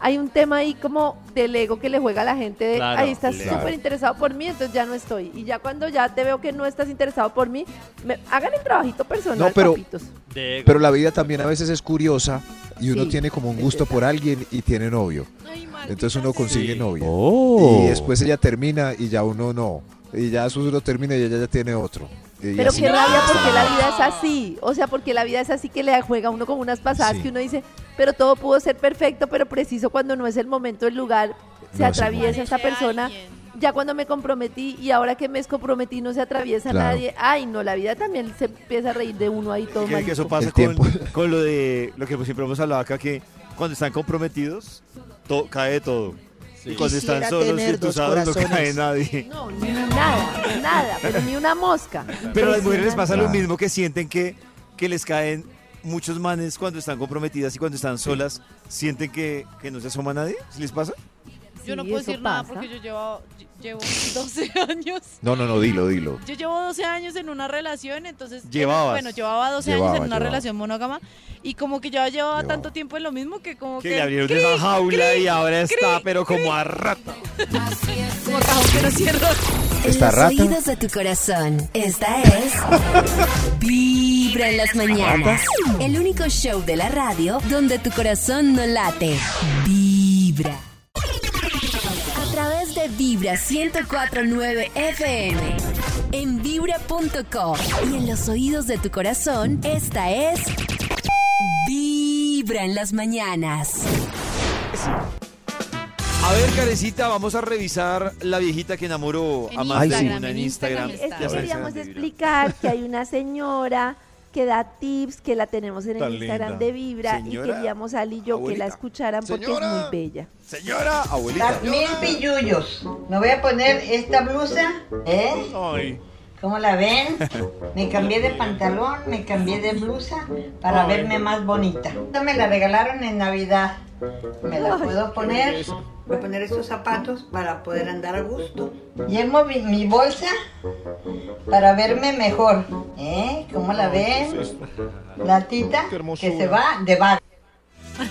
Speaker 8: hay un tema ahí como del ego que le juega a la gente. de,
Speaker 6: Claro,
Speaker 8: ahí estás
Speaker 6: claro.
Speaker 8: súper interesado por mí, entonces ya no estoy. Y ya cuando ya te veo que no estás interesado por mí, me- hagan el trabajito personal,
Speaker 5: No, pero-
Speaker 8: papitos.
Speaker 6: De ego.
Speaker 5: Pero la vida también a veces es curiosa y uno
Speaker 8: Sí,
Speaker 5: tiene como un
Speaker 8: es
Speaker 5: gusto
Speaker 8: verdad.
Speaker 5: por alguien y tiene novio.
Speaker 4: Ay, maldita
Speaker 5: Entonces uno
Speaker 4: sea.
Speaker 5: consigue novio.
Speaker 9: Oh.
Speaker 5: Y después ella termina y ya uno no. Y ya después uno termina y ella ya tiene otro. Y
Speaker 8: Pero
Speaker 5: así.
Speaker 8: qué rabia porque la vida es así. O sea, porque la vida es así que le juega a uno con unas pasadas
Speaker 5: Sí.
Speaker 8: que uno dice, pero todo pudo ser perfecto, pero preciso cuando no es el momento, el lugar, se
Speaker 5: No es el
Speaker 8: atraviesa esta
Speaker 4: Parece
Speaker 8: persona.
Speaker 4: alguien.
Speaker 8: Ya cuando me comprometí y ahora que me comprometí no se atraviesa
Speaker 5: Claro.
Speaker 8: nadie. Ay, no, la vida también se empieza a reír de uno ahí todo
Speaker 3: Que, que eso
Speaker 8: maluco.
Speaker 3: pasa
Speaker 5: El tiempo.
Speaker 3: con, con lo de lo que siempre hemos hablado acá, que cuando están comprometidos, to- cae de todo.
Speaker 6: Sí.
Speaker 3: Cuando están
Speaker 8: Quisiera
Speaker 3: solos y
Speaker 8: tener dos
Speaker 3: excusados no cae
Speaker 8: corazones.
Speaker 3: nadie.
Speaker 8: No, ni nada, nada, pero ni una mosca.
Speaker 3: Pero a las mujeres les pasa lo
Speaker 5: Claro.
Speaker 3: mismo que sienten que, que les caen muchos manes cuando están comprometidas y cuando están solas, sienten que, que no se asoma nadie. ¿Sí les pasa?
Speaker 4: Yo no
Speaker 8: Sí,
Speaker 4: puedo
Speaker 8: eso
Speaker 4: decir nada
Speaker 8: pasa.
Speaker 4: porque yo llevo, llevo 12 años.
Speaker 5: No, no, no, dilo, dilo.
Speaker 4: Yo llevo 12 años en una relación, entonces. eh,
Speaker 3: Llevabas.
Speaker 4: Bueno, llevaba 12
Speaker 5: Llevaba,
Speaker 4: años en una
Speaker 5: llevaba.
Speaker 4: relación monógama y como que yo llevaba,
Speaker 5: Llevaba.
Speaker 4: tanto tiempo en lo mismo que como que.
Speaker 3: Que le abrieron
Speaker 4: ¡cri!
Speaker 3: esa jaula y ahora está,
Speaker 4: cri,
Speaker 3: pero como a rata.
Speaker 4: Como cajón que no cierra.
Speaker 2: En
Speaker 5: ¿Esta
Speaker 2: los
Speaker 5: rata?
Speaker 2: oídos de tu corazón. Esta
Speaker 5: [laughs]
Speaker 2: es Vibra en las mañanas. El único show de la radio donde tu corazón no late. Vibra. A través de Vibra 1049 FM. En vibra.com. Y en los oídos de tu corazón, esta es Vibra en las mañanas.
Speaker 3: A ver, carecita, vamos a revisar la viejita que enamoró
Speaker 4: En
Speaker 3: a más de
Speaker 4: Instagram,
Speaker 3: una en
Speaker 4: en
Speaker 3: Instagram.
Speaker 4: Instagram
Speaker 8: Es
Speaker 4: está.
Speaker 8: que
Speaker 3: Ya sabes,
Speaker 8: queríamos
Speaker 3: de Vibra.
Speaker 8: explicar que hay una señora que da tips, que la tenemos en el
Speaker 3: Tan
Speaker 8: Instagram
Speaker 3: linda.
Speaker 8: de Vibra y
Speaker 3: Señora,
Speaker 8: queríamos Ali y yo que
Speaker 3: abuelita.
Speaker 8: la escucharan porque es
Speaker 5: Señora.
Speaker 8: muy bella.
Speaker 3: Señora, abuelita.
Speaker 10: Mil pillullos. Me voy a poner esta blusa, ¿eh?
Speaker 5: Ay,
Speaker 10: ¿Cómo la ven? Me cambié de pantalón, me cambié de blusa para verme más bonita. Esta me la regalaron en Navidad. Me la puedo poner.
Speaker 3: Pues,
Speaker 10: Voy a poner estos zapatos para poder andar a gusto. Llevo mi, mi bolsa para verme mejor. ¿Eh? ¿Cómo la ven? La tita que se va de bar.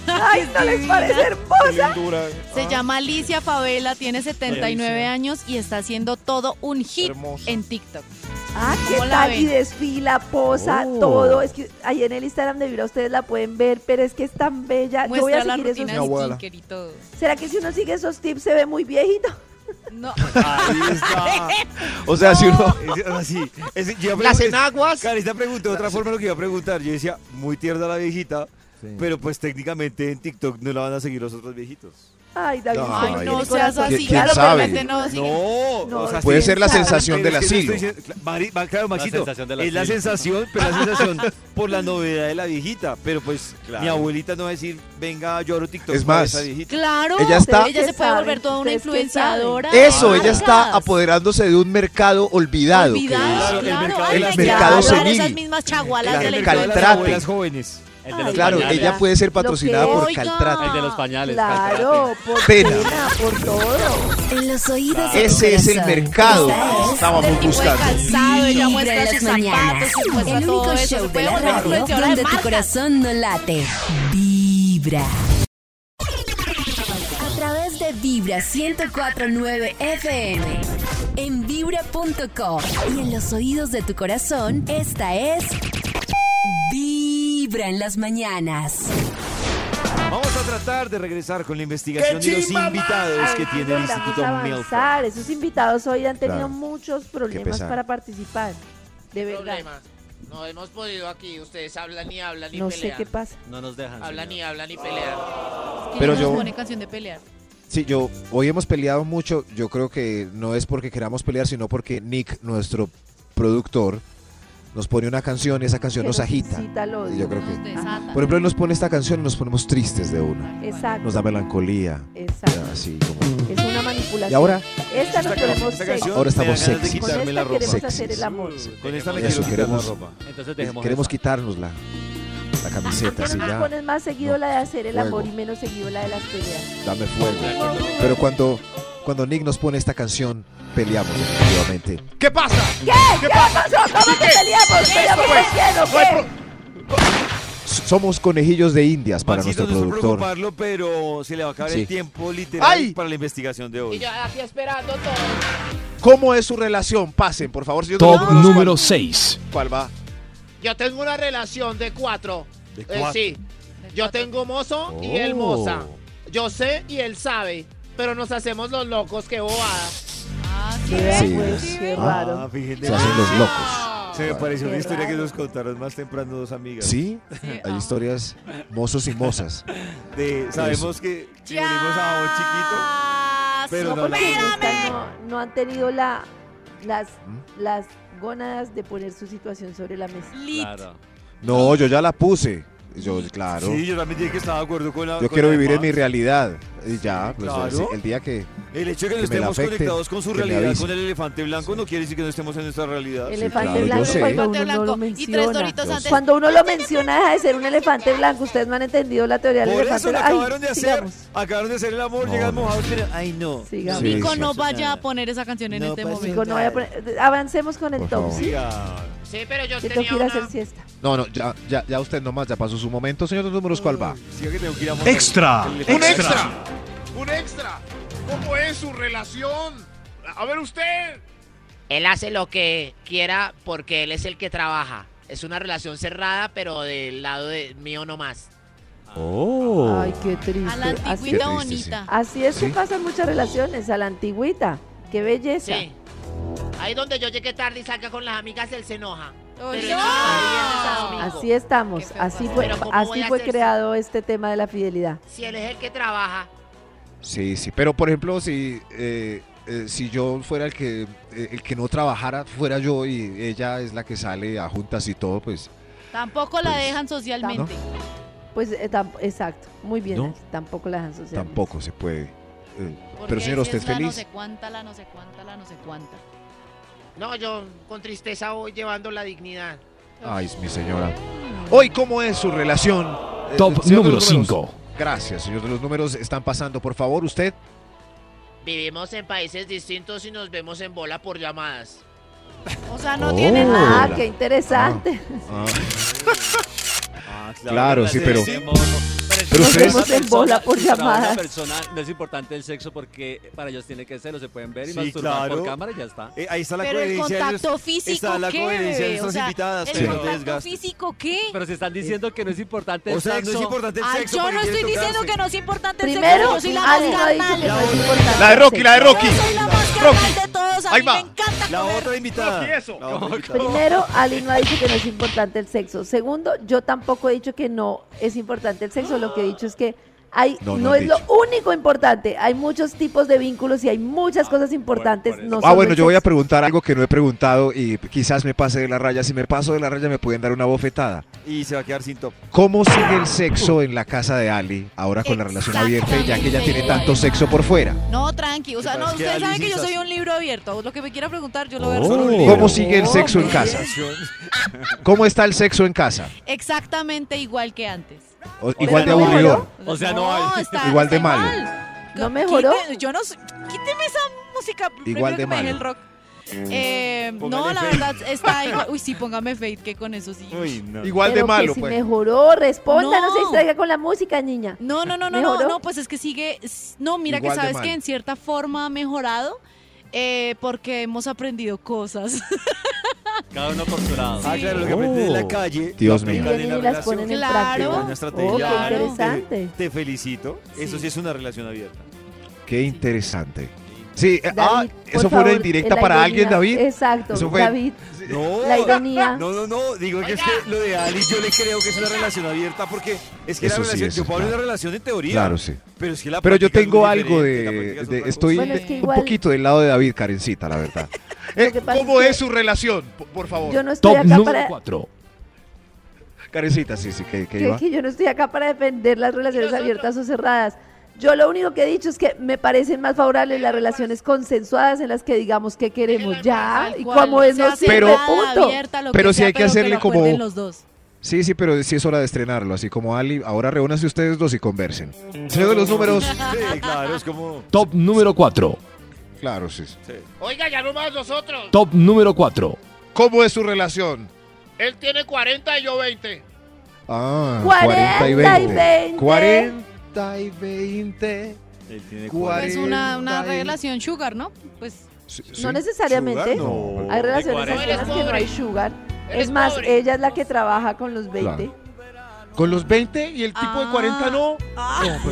Speaker 8: ¡Ay, no les parece hermosa!
Speaker 5: [laughs]
Speaker 4: Se llama Alicia Favela, tiene 79 años y está haciendo todo un hit
Speaker 5: [laughs]
Speaker 4: en TikTok.
Speaker 8: Ah, qué
Speaker 4: ¿Cómo la
Speaker 8: tal,
Speaker 4: ven?
Speaker 8: y desfila, posa,
Speaker 3: Oh.
Speaker 8: todo. Es que ahí en el Instagram de Vibra ustedes la pueden ver, pero es que es tan bella. Yo voy
Speaker 4: Muestra
Speaker 8: a
Speaker 4: la
Speaker 8: seguir esos
Speaker 4: rutina de
Speaker 5: Mi abuela.
Speaker 4: skincare y todo.
Speaker 8: ¿Será que si uno sigue esos tips se ve muy viejito?
Speaker 4: No,
Speaker 3: Ahí está.
Speaker 5: O sea, si uno.
Speaker 3: [laughs] Es- Así. Es- yo iba a
Speaker 7: Las
Speaker 3: preguntar-
Speaker 7: enaguas.
Speaker 3: Carita preguntó de otra forma lo que iba a preguntar. Yo decía, muy tierna la viejita, pero pues técnicamente en TikTok no la van a seguir los otros viejitos.
Speaker 8: Ay, David,
Speaker 5: No,
Speaker 8: ¿cómo
Speaker 4: ay,
Speaker 8: tiene
Speaker 4: no
Speaker 5: ¿quién-
Speaker 4: seas
Speaker 8: corazón?
Speaker 5: quién-
Speaker 4: así.
Speaker 5: quién
Speaker 4: claro,
Speaker 5: sabe?
Speaker 4: realmente no, sí.
Speaker 3: No,
Speaker 8: No,
Speaker 3: o sea,
Speaker 5: Puede
Speaker 3: sí,
Speaker 5: ser la
Speaker 3: pero
Speaker 5: sensación
Speaker 3: es
Speaker 5: del
Speaker 3: que no
Speaker 5: asilo.
Speaker 3: estoy diciendo- cla- Mari- va- claro, Maxito,
Speaker 6: sensación del
Speaker 3: es la
Speaker 6: asilo.
Speaker 3: sensación, pero la sensación
Speaker 6: [laughs]
Speaker 3: por la novedad de la viejita. Pero pues
Speaker 6: Claro.
Speaker 3: mi abuelita no va a decir, venga, yo abro TikTok
Speaker 5: Es
Speaker 3: para
Speaker 5: más,
Speaker 3: esa viejita.
Speaker 4: Claro,
Speaker 5: Ella está-
Speaker 4: ella se puede
Speaker 8: ¿Ustedes
Speaker 4: volver toda una
Speaker 8: qué saben?
Speaker 4: influenciadora. de
Speaker 5: Eso, ella está
Speaker 4: marcas.
Speaker 5: apoderándose de un mercado olvidado. que
Speaker 4: Olvidadas,
Speaker 3: Claro, el
Speaker 4: claro.
Speaker 3: mercado-
Speaker 4: Ay,
Speaker 5: el
Speaker 4: me
Speaker 5: mercado
Speaker 4: encanta hablar
Speaker 5: senil.
Speaker 4: Esas mismas chagualas
Speaker 5: El
Speaker 4: del
Speaker 5: mercado
Speaker 4: encuentro.
Speaker 5: de las
Speaker 3: abuelas
Speaker 5: abuelas
Speaker 3: jóvenes.
Speaker 6: El de los
Speaker 8: Ay,
Speaker 5: es- Claro,
Speaker 6: pañales.
Speaker 5: ella puede ser
Speaker 8: Lo que
Speaker 5: patrocinada por
Speaker 4: oiga.
Speaker 5: Caltrate.
Speaker 6: El de los pañales.
Speaker 8: Claro, por
Speaker 5: Pena.
Speaker 8: pena, por todo.
Speaker 2: En los oídos de tu
Speaker 5: Ese es el
Speaker 2: corazón.
Speaker 5: mercado
Speaker 2: Esta
Speaker 5: que
Speaker 2: es
Speaker 5: estábamos
Speaker 4: tipo de
Speaker 5: buscando.
Speaker 4: calzado, ella
Speaker 2: Vibra
Speaker 4: muestra
Speaker 2: en
Speaker 4: sus
Speaker 2: las mañanas.
Speaker 4: zapatos, sus muestra
Speaker 2: El
Speaker 4: todo
Speaker 2: único
Speaker 4: eso.
Speaker 2: show
Speaker 4: se
Speaker 2: de
Speaker 4: puede
Speaker 2: la
Speaker 4: volver
Speaker 2: radio
Speaker 4: influenciadora
Speaker 2: donde
Speaker 4: de
Speaker 2: tu
Speaker 4: marcas.
Speaker 2: corazón no late. Vibra. A través de Vibra 1049 FM. En vibra.com. Y en los oídos de tu corazón, esta es. Vibra en las mañanas.
Speaker 3: Vamos a tratar de regresar con la investigación de los invitados que tiene el
Speaker 8: Volvamos
Speaker 3: Instituto
Speaker 8: a
Speaker 3: Milford.
Speaker 8: avanzar. Esos invitados hoy han tenido
Speaker 5: Claro.
Speaker 8: muchos
Speaker 5: Qué
Speaker 8: problemas
Speaker 5: pesar.
Speaker 8: para participar. De verdad.
Speaker 11: problemas. No hemos podido aquí. Ustedes hablan y hablan y
Speaker 8: No sé
Speaker 11: pelean.
Speaker 8: qué pasa.
Speaker 6: No nos dejan.
Speaker 11: hablan y
Speaker 6: señor.
Speaker 11: hablan
Speaker 3: Ah.
Speaker 11: y pelean.
Speaker 5: Pero
Speaker 4: Nos
Speaker 5: yo-
Speaker 4: pone canción de pelear.
Speaker 5: Sí, yo hoy hemos peleado mucho. Yo creo que no es porque queramos pelear, sino porque Nick, nuestro productor, nos pone una canción y esa canción
Speaker 8: Que
Speaker 5: nos agita.
Speaker 8: incita al odio.
Speaker 5: Y yo creo
Speaker 4: Nos
Speaker 5: que,
Speaker 4: desata.
Speaker 5: por ejemplo, él nos pone esta canción y nos ponemos tristes de una.
Speaker 8: Exacto.
Speaker 5: Nos da melancolía,
Speaker 8: Exacto.
Speaker 5: así como.
Speaker 8: Es una manipulación.
Speaker 5: Y ahora,
Speaker 8: Esta nos ponemos
Speaker 3: esta
Speaker 8: sexy.
Speaker 3: canción
Speaker 5: Ahora estamos
Speaker 3: me dan ganas de
Speaker 5: sexys.
Speaker 8: Con este
Speaker 3: quitarme la
Speaker 8: esta
Speaker 3: ropa.
Speaker 8: queremos
Speaker 5: Sexys.
Speaker 8: hacer el amor.
Speaker 3: Con esta me quiero
Speaker 5: Eso,
Speaker 3: quitar la
Speaker 5: queremos-
Speaker 3: ropa.
Speaker 6: Entonces dejemos
Speaker 5: queremos
Speaker 6: esa.
Speaker 5: quitárnosla, la camiseta,
Speaker 8: ¿Por qué
Speaker 5: así
Speaker 8: no nos
Speaker 5: ya,
Speaker 8: pones más seguido la de hacer el
Speaker 5: Fuego.
Speaker 8: amor y menos seguido la de las peleas?
Speaker 5: dame fuego. Pero cuando, cuando Nick nos pone esta canción, peleamos, efectivamente.
Speaker 7: ¿Qué pasa?
Speaker 8: ¿Qué? ¿Qué pasó? ¿Cómo que peleamos? ¿Peleamos por quién o
Speaker 7: No hay
Speaker 8: qué?
Speaker 7: pro-
Speaker 5: S- Somos conejillos de indias para
Speaker 3: Maxito,
Speaker 5: nuestro
Speaker 3: no es por
Speaker 5: productor.
Speaker 3: preocuparlo, pero se le va a acabar
Speaker 5: Sí.
Speaker 3: el tiempo literal
Speaker 7: ¡Ay!
Speaker 3: para la investigación de
Speaker 11: Y
Speaker 3: hoy.
Speaker 11: yo aquí esperando todo.
Speaker 5: ¿Cómo es su relación? Pasen, por favor. si yo no
Speaker 1: Top
Speaker 5: conozco cuál-
Speaker 1: número 6.
Speaker 5: ¿Cuál va?
Speaker 11: Yo tengo una relación de cuatro.
Speaker 3: De
Speaker 11: Eh,
Speaker 3: cuatro. Oh.
Speaker 11: sí. Yo tengo mozo
Speaker 5: Oh.
Speaker 11: y él moza. Yo sé y él sabe. Pero nos hacemos los locos, qué bobada.
Speaker 4: Ah, sí.
Speaker 8: Vea,
Speaker 5: Sí,
Speaker 8: pues,
Speaker 5: es.
Speaker 8: qué
Speaker 5: Ah.
Speaker 3: Ah,
Speaker 8: raro.
Speaker 3: fíjate.
Speaker 5: Se hacen los locos.
Speaker 3: Se me pareció una
Speaker 8: Qué
Speaker 3: historia que
Speaker 8: raro.
Speaker 3: nos contaron más temprano dos amigas.
Speaker 5: Sí,
Speaker 4: Sí,
Speaker 5: hay
Speaker 4: ah.
Speaker 5: historias mozos y mozas.
Speaker 3: De, sabemos que que
Speaker 4: Ya.
Speaker 3: unimos a
Speaker 4: Ah,
Speaker 3: un chiquito, pero
Speaker 8: No, pues,
Speaker 3: no,
Speaker 8: porque estas no, no han tenido la, las,
Speaker 5: ¿Mm?
Speaker 8: las gónadas de poner su situación sobre la mesa.
Speaker 4: Lit.
Speaker 6: Claro.
Speaker 5: No, yo ya la puse. Yo, claro.
Speaker 3: Sí, yo también dije que estaba de acuerdo con la. con
Speaker 5: Yo quiero
Speaker 3: la
Speaker 5: vivir en
Speaker 3: demás.
Speaker 5: mi realidad. Y ya, pues,
Speaker 3: Claro.
Speaker 5: sí, el día que.
Speaker 3: El hecho de que no
Speaker 5: que me la
Speaker 3: estemos
Speaker 5: afecte,
Speaker 3: conectados con su
Speaker 5: que me
Speaker 3: realidad,
Speaker 5: avise.
Speaker 3: con el elefante blanco, no quiere decir que no estemos en nuestra realidad.
Speaker 8: Elefante
Speaker 5: claro, yo
Speaker 8: blanco
Speaker 5: sé.
Speaker 8: cuando
Speaker 5: Elefante
Speaker 8: uno no lo
Speaker 4: y tres
Speaker 8: menciona.
Speaker 4: doritos antes.
Speaker 8: Cuando uno lo menciona deja de ser un elefante blanco. Ustedes no han entendido la teoría del
Speaker 3: Por
Speaker 8: elefante
Speaker 3: eso lo
Speaker 8: blanco. Ay,
Speaker 3: acabaron de hacer.
Speaker 8: sigamos,
Speaker 3: Acabaron de hacer el amor,
Speaker 5: No,
Speaker 3: llegan
Speaker 5: no.
Speaker 3: mojados. pero- Ay, no.
Speaker 8: sigamos.
Speaker 5: Sí,
Speaker 4: Nico,
Speaker 5: sí.
Speaker 4: no vaya a poner esa canción en este momento.
Speaker 8: Nico, no voy a poner- Avancemos con el
Speaker 5: Por
Speaker 8: top.
Speaker 5: favor.
Speaker 8: ¿sí?
Speaker 11: Sí, pero yo
Speaker 8: Que tengo que
Speaker 11: tenía
Speaker 8: ir a
Speaker 11: una...
Speaker 8: hacer siesta.
Speaker 5: No, no, ya, ya, ya usted nomás, ya pasó su momento. Señor de números, ¿cuál va?
Speaker 3: Siga que tengo que ir a montar-
Speaker 1: Extra.
Speaker 3: el elefante
Speaker 11: ¡Un
Speaker 1: Extra.
Speaker 11: extra! ¡Un extra! ¿Cómo es su relación? A ver usted.
Speaker 12: Él hace lo que quiera porque él es el que trabaja. Es una relación cerrada, pero del lado de mío no más.
Speaker 5: Oh.
Speaker 8: Ay, qué triste.
Speaker 4: A la
Speaker 8: Así,
Speaker 5: Qué
Speaker 4: antigüita
Speaker 5: triste, sí.
Speaker 4: bonita.
Speaker 8: así es que
Speaker 5: Sí.
Speaker 8: pasan muchas relaciones, a la antigüita. Qué belleza.
Speaker 12: Sí. Ahí donde yo llegué tarde y salga con las amigas, él se enoja.
Speaker 4: Oye,
Speaker 12: Pero
Speaker 4: no.
Speaker 12: amigo.
Speaker 8: Así estamos.
Speaker 4: Qué feo
Speaker 8: Así
Speaker 4: pasar.
Speaker 8: fue,
Speaker 12: Pero ¿cómo voy
Speaker 8: así
Speaker 12: a
Speaker 8: fue
Speaker 12: hacer?
Speaker 8: creado este tema de la fidelidad.
Speaker 12: Si él es el que trabaja,
Speaker 5: Sí, sí. Pero, por ejemplo, si, eh, eh, si yo fuera el que, eh, el que no trabajara, fuera yo y ella es la que sale a juntas y todo, pues.
Speaker 4: Tampoco la
Speaker 5: Pues,
Speaker 4: dejan socialmente.
Speaker 8: Pues eh, tam- exacto, muy bien.
Speaker 5: No.
Speaker 8: Alex, Tampoco la dejan social.
Speaker 5: Tampoco se puede. Eh,
Speaker 4: porque
Speaker 5: Pero señor,
Speaker 4: ahí
Speaker 5: ¿usted
Speaker 4: es
Speaker 5: es
Speaker 4: La no
Speaker 5: feliz?
Speaker 4: sé cuánta, la no sé cuánta, la no sé cuánta.
Speaker 12: no, yo con tristeza voy llevando la dignidad.
Speaker 5: Ay, es mi señora. Hoy, ¿cómo es su relación? Eh,
Speaker 1: Top
Speaker 5: señor de
Speaker 1: número
Speaker 5: los números.
Speaker 1: 5.
Speaker 5: Gracias, señor de los números. Están pasando, por favor, usted.
Speaker 12: Vivimos en países distintos y nos vemos en bola por llamadas.
Speaker 4: O sea, no
Speaker 5: Oh.
Speaker 4: tiene nada.
Speaker 8: Ah,
Speaker 5: Hola.
Speaker 8: qué interesante.
Speaker 5: Ah,
Speaker 6: Ah,
Speaker 5: Claro,
Speaker 6: la
Speaker 5: sí,
Speaker 6: de-
Speaker 5: pero-
Speaker 6: de mono.
Speaker 5: pero
Speaker 6: si
Speaker 5: ustedes-
Speaker 6: para
Speaker 8: Nos vemos en
Speaker 6: una
Speaker 8: bola por
Speaker 6: si para una
Speaker 8: llamadas.
Speaker 6: persona no es importante el sexo porque para ellos tiene que serlo, se pueden ver y
Speaker 3: Sí,
Speaker 6: masturbar
Speaker 3: claro.
Speaker 6: por cámara y ya está.
Speaker 3: Eh, ahí está la
Speaker 4: Pero el
Speaker 3: coherencia. de los-
Speaker 4: contacto físico,
Speaker 3: está la
Speaker 4: ¿qué?
Speaker 3: coherencia de
Speaker 4: bebé?
Speaker 3: nuestras
Speaker 4: o sea,
Speaker 3: invitadas,
Speaker 4: ¿El
Speaker 3: pero no
Speaker 4: contacto
Speaker 3: desgaste.
Speaker 4: físico qué?
Speaker 6: Pero se están diciendo que no es importante el
Speaker 3: O sea, no
Speaker 6: sexo.
Speaker 3: es importante el
Speaker 4: Ay,
Speaker 3: sexo.
Speaker 4: Ah, yo
Speaker 3: porque
Speaker 4: no estoy
Speaker 3: quieren
Speaker 4: diciendo
Speaker 3: tocarse.
Speaker 4: que no es importante el sexo,
Speaker 8: Primero,
Speaker 4: yo soy la más
Speaker 8: alguien no dice
Speaker 4: carnal.
Speaker 8: que no es importante.
Speaker 5: La de Rocky, la de Rocky.
Speaker 4: Yo soy la más
Speaker 5: Rocky.
Speaker 4: carnal de todos, a
Speaker 5: Ahí
Speaker 4: mí
Speaker 5: va.
Speaker 4: me encanta
Speaker 3: La
Speaker 4: comer.
Speaker 3: otra invitada.
Speaker 11: No, ¿y eso?
Speaker 3: La otra invitada.
Speaker 8: Primero, Ali no ha dicho que no es importante el sexo. Segundo, yo tampoco he dicho que no es importante el sexo. Lo que he dicho es que hay,
Speaker 5: No,
Speaker 8: no,
Speaker 5: no has
Speaker 8: es lo
Speaker 5: dicho.
Speaker 8: único importante. Hay muchos tipos de vínculos y hay
Speaker 12: Ah,
Speaker 8: muchas cosas importantes.
Speaker 6: por eso.
Speaker 8: no
Speaker 5: Ah,
Speaker 8: solo
Speaker 5: bueno,
Speaker 8: el
Speaker 5: yo voy a
Speaker 8: sexo.
Speaker 5: preguntar algo que no he preguntado y quizás me pase de la raya. Si me paso de la raya, me pueden dar una bofetada.
Speaker 3: Y se va a quedar sin top.
Speaker 5: ¿Cómo sigue el sexo en la casa de Ali ahora con la relación abierta y ya que ella tiene tanto sexo por fuera?
Speaker 4: No, tranqui. O sea,
Speaker 3: Pero
Speaker 4: no,
Speaker 3: es que Oh.
Speaker 4: ustedes saben
Speaker 3: Ali
Speaker 4: que yo
Speaker 3: sí
Speaker 4: soy
Speaker 3: está-
Speaker 4: un libro abierto. Lo que me quiera preguntar, yo lo voy a
Speaker 3: Solo un
Speaker 4: responder.
Speaker 3: libro.
Speaker 5: ¿Cómo sigue el sexo en casa? ¿Cómo está el sexo en casa?
Speaker 4: Exactamente igual que antes.
Speaker 5: O- igual de
Speaker 8: no mejoró.
Speaker 5: aburridor.
Speaker 6: O sea, no hay-
Speaker 4: está-
Speaker 5: Igual de
Speaker 4: está
Speaker 5: malo.
Speaker 4: igual.
Speaker 8: ¿No mejoró?
Speaker 4: Quite- yo no sé- Quíteme esa música. prefiero
Speaker 5: Igual de
Speaker 4: que me deje
Speaker 5: malo.
Speaker 4: el rock. Eh, no,
Speaker 3: Póngale
Speaker 4: la
Speaker 3: Fate.
Speaker 4: verdad está igual. Uy, sí, póngame Fate, que con eso sí.
Speaker 3: Uy, no.
Speaker 5: Igual de
Speaker 8: Pero que
Speaker 5: malo,
Speaker 8: si
Speaker 5: pues.
Speaker 8: mejoró, responda, no. se
Speaker 4: No.
Speaker 8: distraiga con la música, niña.
Speaker 4: No, no, no, no,
Speaker 8: ¿Mejoró?
Speaker 4: no, no, pues es que sigue. s- No, mira
Speaker 5: Igual
Speaker 4: que
Speaker 5: de
Speaker 4: sabes
Speaker 5: mal.
Speaker 4: que en cierta forma ha mejorado eh, porque hemos aprendido cosas.
Speaker 6: [laughs] Cada uno por su lado.
Speaker 3: Ah, claro, lo que aprendí en la calle.
Speaker 5: Oh, Dios
Speaker 3: lo
Speaker 5: mío.
Speaker 3: aplican en
Speaker 8: Vienen
Speaker 3: la
Speaker 8: y las
Speaker 3: relación.
Speaker 8: ponen en
Speaker 4: Claro.
Speaker 8: práctica.
Speaker 3: Qué
Speaker 4: Claro.
Speaker 3: buena estrategia.
Speaker 8: Oh, qué
Speaker 4: Claro.
Speaker 8: interesante.
Speaker 5: Ah,
Speaker 3: Te felicito. Eso
Speaker 4: Sí.
Speaker 3: sí es una relación abierta.
Speaker 5: Qué interesante. Sí, eh, ah,
Speaker 8: David, por
Speaker 5: eso fue una
Speaker 8: favor,
Speaker 5: indirecta
Speaker 8: la
Speaker 5: para
Speaker 8: ironía-
Speaker 5: alguien, David.
Speaker 8: Exacto,
Speaker 5: Eso fue-
Speaker 8: David.
Speaker 3: No.
Speaker 8: La ironía.
Speaker 3: No, no, no. Digo que es que lo de Ali yo le creo que es una relación abierta porque es que la
Speaker 5: Eso sí,
Speaker 3: relación.
Speaker 5: eso
Speaker 3: yo
Speaker 5: es
Speaker 3: puedo hablar de
Speaker 5: claro.
Speaker 3: una relación en teoría.
Speaker 5: Claro, sí.
Speaker 3: Pero es que la
Speaker 5: Pero yo
Speaker 3: práctica es
Speaker 5: tengo
Speaker 3: muy
Speaker 5: algo
Speaker 3: diferente, la
Speaker 5: de,
Speaker 3: práctica es
Speaker 5: de-
Speaker 3: otra
Speaker 5: estoy
Speaker 8: Bueno,
Speaker 5: de-
Speaker 8: es que
Speaker 5: un
Speaker 8: igual-
Speaker 5: poquito del lado de David, Karencita, la
Speaker 8: [laughs]
Speaker 5: verdad. Eh,
Speaker 8: que pasa
Speaker 5: ¿Cómo
Speaker 8: es que-
Speaker 5: es su relación? P- Por favor.
Speaker 8: Yo no estoy
Speaker 1: Top
Speaker 8: acá
Speaker 1: número
Speaker 8: para
Speaker 1: 4.
Speaker 5: Karencita, sí, sí, que, que
Speaker 8: que,
Speaker 5: iba.
Speaker 8: que yo no estoy acá para defender las relaciones abiertas o cerradas. Yo lo único que he dicho es que me parecen más favorables las relaciones consensuadas en las que digamos que queremos ya
Speaker 4: [laughs] Tal
Speaker 8: Ah, y
Speaker 4: cual,
Speaker 8: como es no
Speaker 4: sea
Speaker 8: sirve,
Speaker 4: cerrada,
Speaker 8: punto.
Speaker 4: abierta, lo
Speaker 5: Pero sí
Speaker 4: sea,
Speaker 5: hay que
Speaker 4: pero
Speaker 5: hacerle
Speaker 4: lo
Speaker 5: como-
Speaker 4: acuerden los dos.
Speaker 5: Sí, sí, pero sí es hora de estrenarlo. Así como Ali, ahora reúnanse ustedes dos y conversen. Señor de los números. [laughs]
Speaker 3: cosa. Sí, claro, es como.
Speaker 1: Top número 4.
Speaker 5: Claro, sí. sí.
Speaker 11: Oiga, ya no más nosotros.
Speaker 1: Top número 4.
Speaker 5: ¿Cómo es su relación?
Speaker 11: Él tiene 40 y yo 20.
Speaker 5: Ah,
Speaker 8: 40 y 20.
Speaker 5: 40 y 20.
Speaker 3: Él tiene
Speaker 5: ¿Cuál?
Speaker 4: Pues una, una
Speaker 5: 40 y-
Speaker 4: relación sugar, ¿no? Pues
Speaker 5: Sí,
Speaker 8: No
Speaker 5: sí.
Speaker 3: Sugar,
Speaker 8: necesariamente.
Speaker 3: no.
Speaker 8: Hay relaciones
Speaker 6: De
Speaker 8: en
Speaker 6: 40.
Speaker 8: las que no hay sugar.
Speaker 11: Eres
Speaker 8: Es más,
Speaker 11: pobre.
Speaker 8: ella es la que trabaja con los 20.
Speaker 5: Claro. Con los 20 y el tipo
Speaker 8: Ah.
Speaker 5: de 40 no.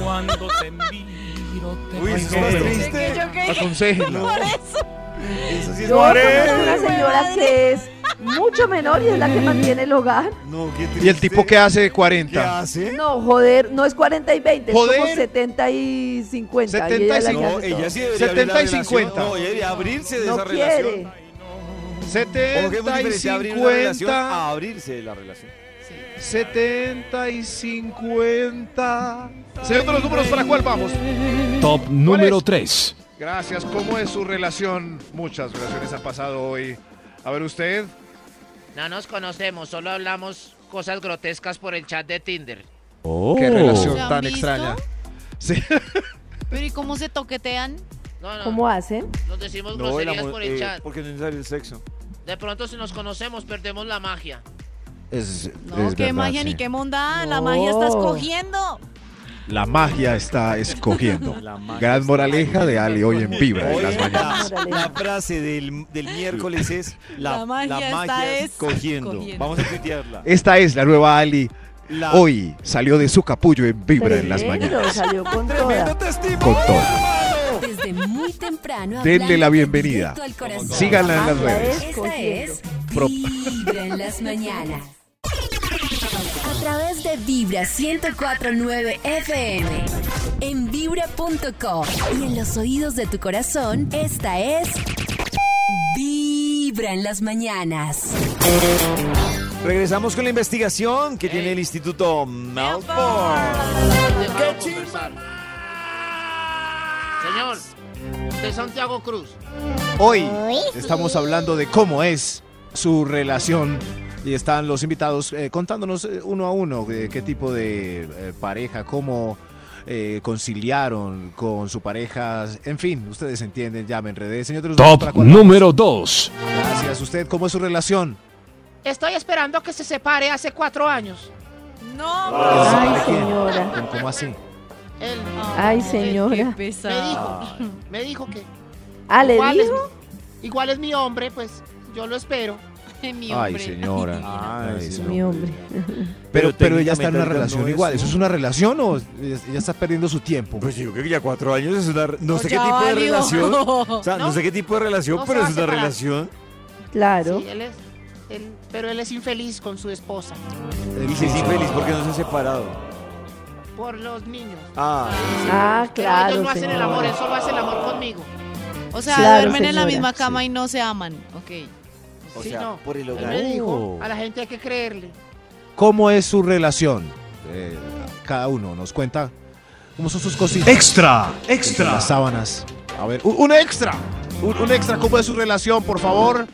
Speaker 1: Cuando te miro, te
Speaker 3: Uy, eso
Speaker 5: Ay,
Speaker 3: es
Speaker 5: no, pero-
Speaker 3: triste.
Speaker 4: yo que
Speaker 8: [laughs]
Speaker 5: Aconsejenlo.
Speaker 4: por eso.
Speaker 3: Eso sí es
Speaker 8: Yo conozco
Speaker 3: horrible.
Speaker 8: una señora que es mucho menor y es la que mantiene el hogar.
Speaker 3: No, qué triste.
Speaker 5: ¿Y el tipo que hace de
Speaker 3: ¿Qué
Speaker 5: 40?
Speaker 3: hace?
Speaker 8: No, joder, no es 40 y 20, es como
Speaker 5: Joder.
Speaker 8: 70 y 50. y ella es la que
Speaker 5: No,
Speaker 8: hace todo.
Speaker 3: ella sí debería abrir la
Speaker 5: 70 y
Speaker 3: relación.
Speaker 5: 50.
Speaker 3: No, ella debería abrirse de
Speaker 8: no
Speaker 3: esa
Speaker 8: quiere.
Speaker 3: relación.
Speaker 5: 70
Speaker 3: Porque es muy
Speaker 5: y
Speaker 3: diferente abrir una relación
Speaker 5: 50.
Speaker 3: a abrirse de la relación.
Speaker 5: 70 y 50. Señor de los números, ¿para cuál vamos?
Speaker 1: Top número 3.
Speaker 5: Gracias. ¿Cómo es su relación? Muchas relaciones han pasado hoy. A ver usted. [laughs]
Speaker 12: No nos conocemos, solo hablamos cosas grotescas por el chat de Tinder.
Speaker 5: Qué relación
Speaker 4: ¿Se han
Speaker 5: tan
Speaker 4: visto?
Speaker 5: extraña. Sí.
Speaker 4: Pero ¿y cómo se toquetean?
Speaker 12: No, no,
Speaker 8: ¿Cómo hacen?
Speaker 12: Nos decimos groserías eh, por el chat.
Speaker 3: eh, Porque no es necesario el sexo.
Speaker 12: De pronto si nos conocemos perdemos la magia.
Speaker 3: Es,
Speaker 4: No, qué magia ni qué monda. La magia está escogiendo.
Speaker 5: La magia está
Speaker 4: [laughs]
Speaker 5: escogiendo. Gran moraleja de Ali hoy en Vibra en las mañanas.
Speaker 3: La, la frase del, del miércoles es la,
Speaker 4: La
Speaker 3: la
Speaker 4: magia
Speaker 3: magia,
Speaker 4: está es
Speaker 3: escogiendo.
Speaker 4: cogiendo.
Speaker 3: Vamos a tuitearla.
Speaker 5: Esta es la nueva Ali.
Speaker 3: La-
Speaker 5: Hoy salió de su capullo en Vibra en las
Speaker 8: Tremendo,
Speaker 5: mañanas.
Speaker 8: salió con toda.
Speaker 5: Con todo.
Speaker 2: Desde muy temprano.
Speaker 5: Denle la
Speaker 2: hablando
Speaker 5: bienvenida.
Speaker 2: directo al corazón.
Speaker 5: Síganla en las redes.
Speaker 2: Esta es
Speaker 5: Pro-
Speaker 2: Vibra en las mañanas. A través de Vibra 1049 FM. En vibra.com. Y en los oídos de tu corazón, esta es Vibra en las mañanas.
Speaker 3: Regresamos con la investigación que tiene el Instituto Malfoy.
Speaker 12: ¡Qué Señor,
Speaker 11: De Santiago Cruz.
Speaker 5: Hoy estamos hablando de cómo es su relación y están los invitados eh, contándonos eh, uno a uno eh, qué tipo de eh, pareja, cómo eh, conciliaron con su pareja. En fin, ustedes entienden, ya me enredé. Señor de los números, ¿para
Speaker 1: Top
Speaker 5: cuál
Speaker 1: número 2.
Speaker 5: vamos? Gracias. ¿Usted cómo es su relación?
Speaker 11: Estoy esperando que se separe hace cuatro años.
Speaker 4: No.
Speaker 8: Ay,
Speaker 5: ¿Para quién?
Speaker 8: señora.
Speaker 5: ¿Cómo- ¿Cómo así?
Speaker 11: Él
Speaker 4: Ah.
Speaker 8: Ay,
Speaker 4: Qué
Speaker 8: señora.
Speaker 4: pesado.
Speaker 11: [laughs] me dijo que
Speaker 8: Ah, ¿le
Speaker 11: igual es,
Speaker 8: dijo?
Speaker 11: mi, igual es mi hombre, pues yo lo espero.
Speaker 4: Mi
Speaker 5: Ay,
Speaker 4: hombre.
Speaker 5: señora. Ay, señor.
Speaker 8: Mi hombre.
Speaker 5: Pero,
Speaker 3: Pero
Speaker 5: pero ella está
Speaker 3: técnicamente
Speaker 5: en una
Speaker 3: hablando
Speaker 5: relación
Speaker 3: eso.
Speaker 5: igual. ¿Eso es una relación o ella ella está perdiendo su tiempo?
Speaker 3: Pues yo creo que ya cuatro años es una... re- No sé qué
Speaker 4: Pues Ya
Speaker 3: tipo de
Speaker 4: valió.
Speaker 3: relación.
Speaker 4: [laughs]
Speaker 3: O sea, no,
Speaker 11: No.
Speaker 3: sé qué tipo de relación,
Speaker 11: No se
Speaker 3: pero
Speaker 11: va
Speaker 3: es
Speaker 11: a
Speaker 3: una
Speaker 11: separar.
Speaker 3: relación.
Speaker 8: Claro.
Speaker 11: Sí, él es, él- pero él es infeliz con su esposa
Speaker 3: Y si es infeliz porque no se han separado.
Speaker 11: por los niños.
Speaker 3: Ah,
Speaker 8: Ah,
Speaker 11: Pero
Speaker 8: claro.
Speaker 11: ellos no hacen el
Speaker 8: señora.
Speaker 11: amor, él solo hace el amor conmigo.
Speaker 4: O sea,
Speaker 8: Claro,
Speaker 4: duermen en la
Speaker 8: señora.
Speaker 4: misma cama y no se aman. Ok.
Speaker 3: o
Speaker 11: Sí,
Speaker 3: sea,
Speaker 11: no.
Speaker 3: por el
Speaker 11: Él
Speaker 3: hogar. Oh.
Speaker 11: me dijo, a la gente hay que creerle.
Speaker 5: ¿Cómo es su relación? Eh, cada uno nos cuenta cómo son sus cositas.
Speaker 1: Extra,
Speaker 5: Las sábanas. A ver, un, un extra. Un, un extra, ¿cómo es su relación, por favor?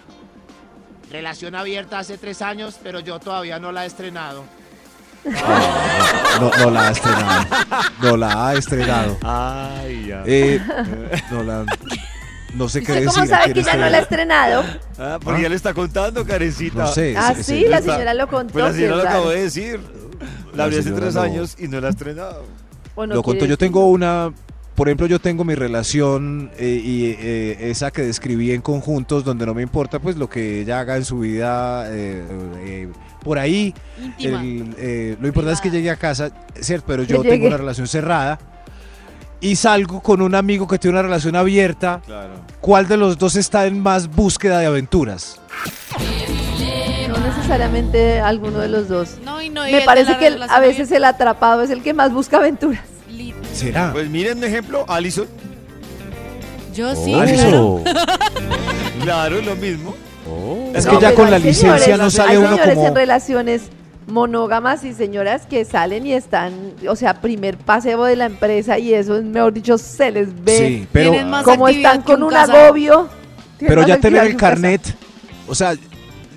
Speaker 11: Relación abierta hace tres años, pero yo todavía no la he estrenado.
Speaker 5: No, no la ha estrenado. No la ha estrenado.
Speaker 3: Ay, ya.
Speaker 5: [laughs] Eh, no la. No sé qué
Speaker 8: ¿Usted
Speaker 5: decir.
Speaker 8: cómo sabe
Speaker 5: aquí
Speaker 8: que
Speaker 5: en
Speaker 8: ya
Speaker 5: este
Speaker 8: no la ha
Speaker 5: momento.
Speaker 8: estrenado?
Speaker 3: Ah, porque ya le está contando, carecita.
Speaker 5: No sé.
Speaker 8: Ah,
Speaker 5: ese-
Speaker 8: sí,
Speaker 5: ese-
Speaker 8: la
Speaker 3: está-
Speaker 8: señora lo contó.
Speaker 3: Pues la señora
Speaker 8: qué
Speaker 3: lo acabo
Speaker 8: raro.
Speaker 3: de decir.
Speaker 5: La
Speaker 3: La abrí hace
Speaker 5: señora
Speaker 3: tres
Speaker 5: no-
Speaker 3: años y no la ha estrenado.
Speaker 8: ¿O no
Speaker 5: Lo
Speaker 8: quiere
Speaker 5: cuento, yo
Speaker 8: decir?
Speaker 5: tengo una, por ejemplo, yo tengo mi relación eh, y eh, esa que describí en conjuntos, donde no me importa pues lo que ella haga en su vida eh, eh, por ahí.
Speaker 4: Íntima.
Speaker 5: el, eh, lo importante es que
Speaker 4: Privada.
Speaker 5: llegue a casa, ¿cierto? Pero
Speaker 8: Que
Speaker 5: yo tengo
Speaker 8: llegue.
Speaker 5: una relación cerrada y salgo con un amigo que tiene una relación abierta.
Speaker 3: Claro.
Speaker 5: ¿Cuál de los dos está en más búsqueda de aventuras?
Speaker 8: No necesariamente alguno de los dos.
Speaker 4: No, y no, y el
Speaker 8: Me
Speaker 4: de
Speaker 8: parece
Speaker 4: la
Speaker 8: que el- a
Speaker 4: relación
Speaker 8: veces el atrapado es el que más busca aventuras.
Speaker 4: abierta-
Speaker 5: ¿Será?
Speaker 3: Pues miren un ejemplo, Alison.
Speaker 5: Oh,
Speaker 4: Yo sí,
Speaker 5: Alison.
Speaker 4: claro.
Speaker 3: Claro, lo mismo.
Speaker 5: Es
Speaker 3: No,
Speaker 5: que ya
Speaker 8: pero
Speaker 5: con la
Speaker 8: hay
Speaker 5: licencia
Speaker 8: señores-
Speaker 5: no sale
Speaker 8: hay
Speaker 5: uno
Speaker 8: señores
Speaker 5: como...
Speaker 8: en relaciones monógamas y señoras que salen y están, o sea, primer paseo de la empresa y eso, mejor dicho, se les ve.
Speaker 5: Sí, pero...
Speaker 4: Tienen más
Speaker 8: como
Speaker 4: actividad
Speaker 8: están
Speaker 4: que
Speaker 8: con un
Speaker 4: casado.
Speaker 8: agobio.
Speaker 5: Pero
Speaker 8: Tienen
Speaker 5: ya
Speaker 8: más
Speaker 5: tener
Speaker 8: actividad
Speaker 5: el
Speaker 8: que un casado.
Speaker 5: carnet, o sea,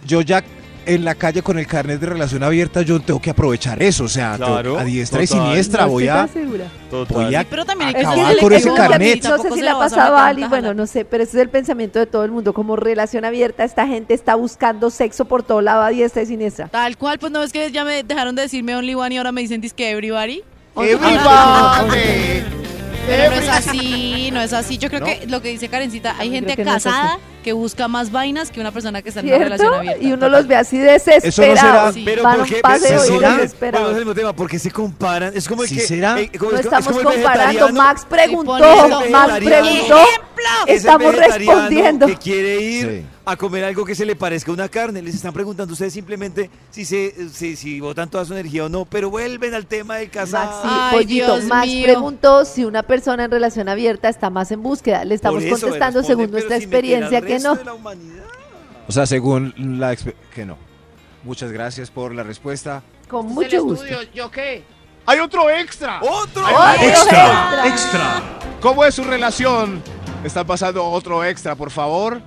Speaker 5: yo ya en la calle con el carnet de relación abierta, yo tengo que aprovechar eso, o sea, tengo-
Speaker 3: Claro,
Speaker 5: a diestra y
Speaker 3: total.
Speaker 5: siniestra
Speaker 8: No
Speaker 5: voy
Speaker 8: estoy
Speaker 5: a...
Speaker 8: tan segura.
Speaker 3: Total.
Speaker 5: Voy a
Speaker 4: Pero también hay que
Speaker 5: Acabar
Speaker 8: Es
Speaker 4: ser
Speaker 8: que
Speaker 5: con
Speaker 8: el-
Speaker 5: ese
Speaker 8: es que a mí-
Speaker 5: carnet.
Speaker 8: No sé
Speaker 4: Tampoco
Speaker 8: si
Speaker 4: pues, se
Speaker 8: le ha
Speaker 4: la vas a
Speaker 8: pasado a
Speaker 4: aguantar,
Speaker 8: Ali, bueno,
Speaker 4: ojalá.
Speaker 8: no sé, pero ese es el pensamiento de todo el mundo. Como relación abierta, esta gente está buscando sexo por todo lado, a diestra y siniestra.
Speaker 4: Tal cual, pues no es que ya me dejaron de decirme Only One y ahora me dicen disque Everybody.
Speaker 8: Ah,
Speaker 11: ¡Everybody!
Speaker 4: Pero no es así, no es así. Yo creo que lo que dice Karencita, hay
Speaker 8: También
Speaker 4: gente
Speaker 8: creo que no es
Speaker 4: casada que busca más vainas que una persona que está en una
Speaker 8: ¿Cierto?
Speaker 4: relación abierta.
Speaker 8: Y uno los ve así desesperados.
Speaker 5: será-
Speaker 8: van
Speaker 3: Pero
Speaker 8: a un
Speaker 3: porque
Speaker 8: paseo
Speaker 5: ¿Sí
Speaker 8: y
Speaker 5: será?
Speaker 8: desesperados.
Speaker 3: el mismo tema, porque se comparan. Es como el
Speaker 5: ¿Sí
Speaker 3: que
Speaker 5: será?
Speaker 3: eh, como-
Speaker 8: No
Speaker 3: es- es
Speaker 8: estamos
Speaker 3: como el
Speaker 8: comparando.
Speaker 3: vegetariano-
Speaker 8: Max
Speaker 4: poniendo
Speaker 8: preguntó,
Speaker 3: el
Speaker 8: Max
Speaker 3: vegetariano.
Speaker 8: preguntó.
Speaker 3: es el
Speaker 8: Estamos
Speaker 3: vegetariano
Speaker 8: respondiendo.
Speaker 3: Que quiere ir
Speaker 5: Sí.
Speaker 3: a comer algo que se le parezca a una carne. Les están preguntando ustedes simplemente si se si, si botan toda su energía o no, pero vuelven al tema del
Speaker 8: Max, sí,
Speaker 3: casado.
Speaker 4: Ay,
Speaker 8: pollito,
Speaker 4: Dios
Speaker 8: Max
Speaker 4: mío.
Speaker 8: preguntó si una persona en relación abierta está más en búsqueda. Le estamos
Speaker 3: Por eso,
Speaker 8: contestando
Speaker 3: responde,
Speaker 8: según
Speaker 3: pero
Speaker 8: nuestra
Speaker 3: sin meter al
Speaker 8: experiencia que
Speaker 3: resto
Speaker 8: no.
Speaker 3: de la humanidad.
Speaker 5: O sea, según la... expe- que no.
Speaker 3: Muchas gracias por la respuesta.
Speaker 8: Con
Speaker 11: Este es el
Speaker 8: mucho gusto.
Speaker 11: estudio, ¿Yo qué? ¡Hay otro extra!
Speaker 3: ¡Otro
Speaker 11: Hay
Speaker 8: ¡Otro extra!
Speaker 5: Oh, ¿Cómo es su relación? Están pasando otro extra, por favor.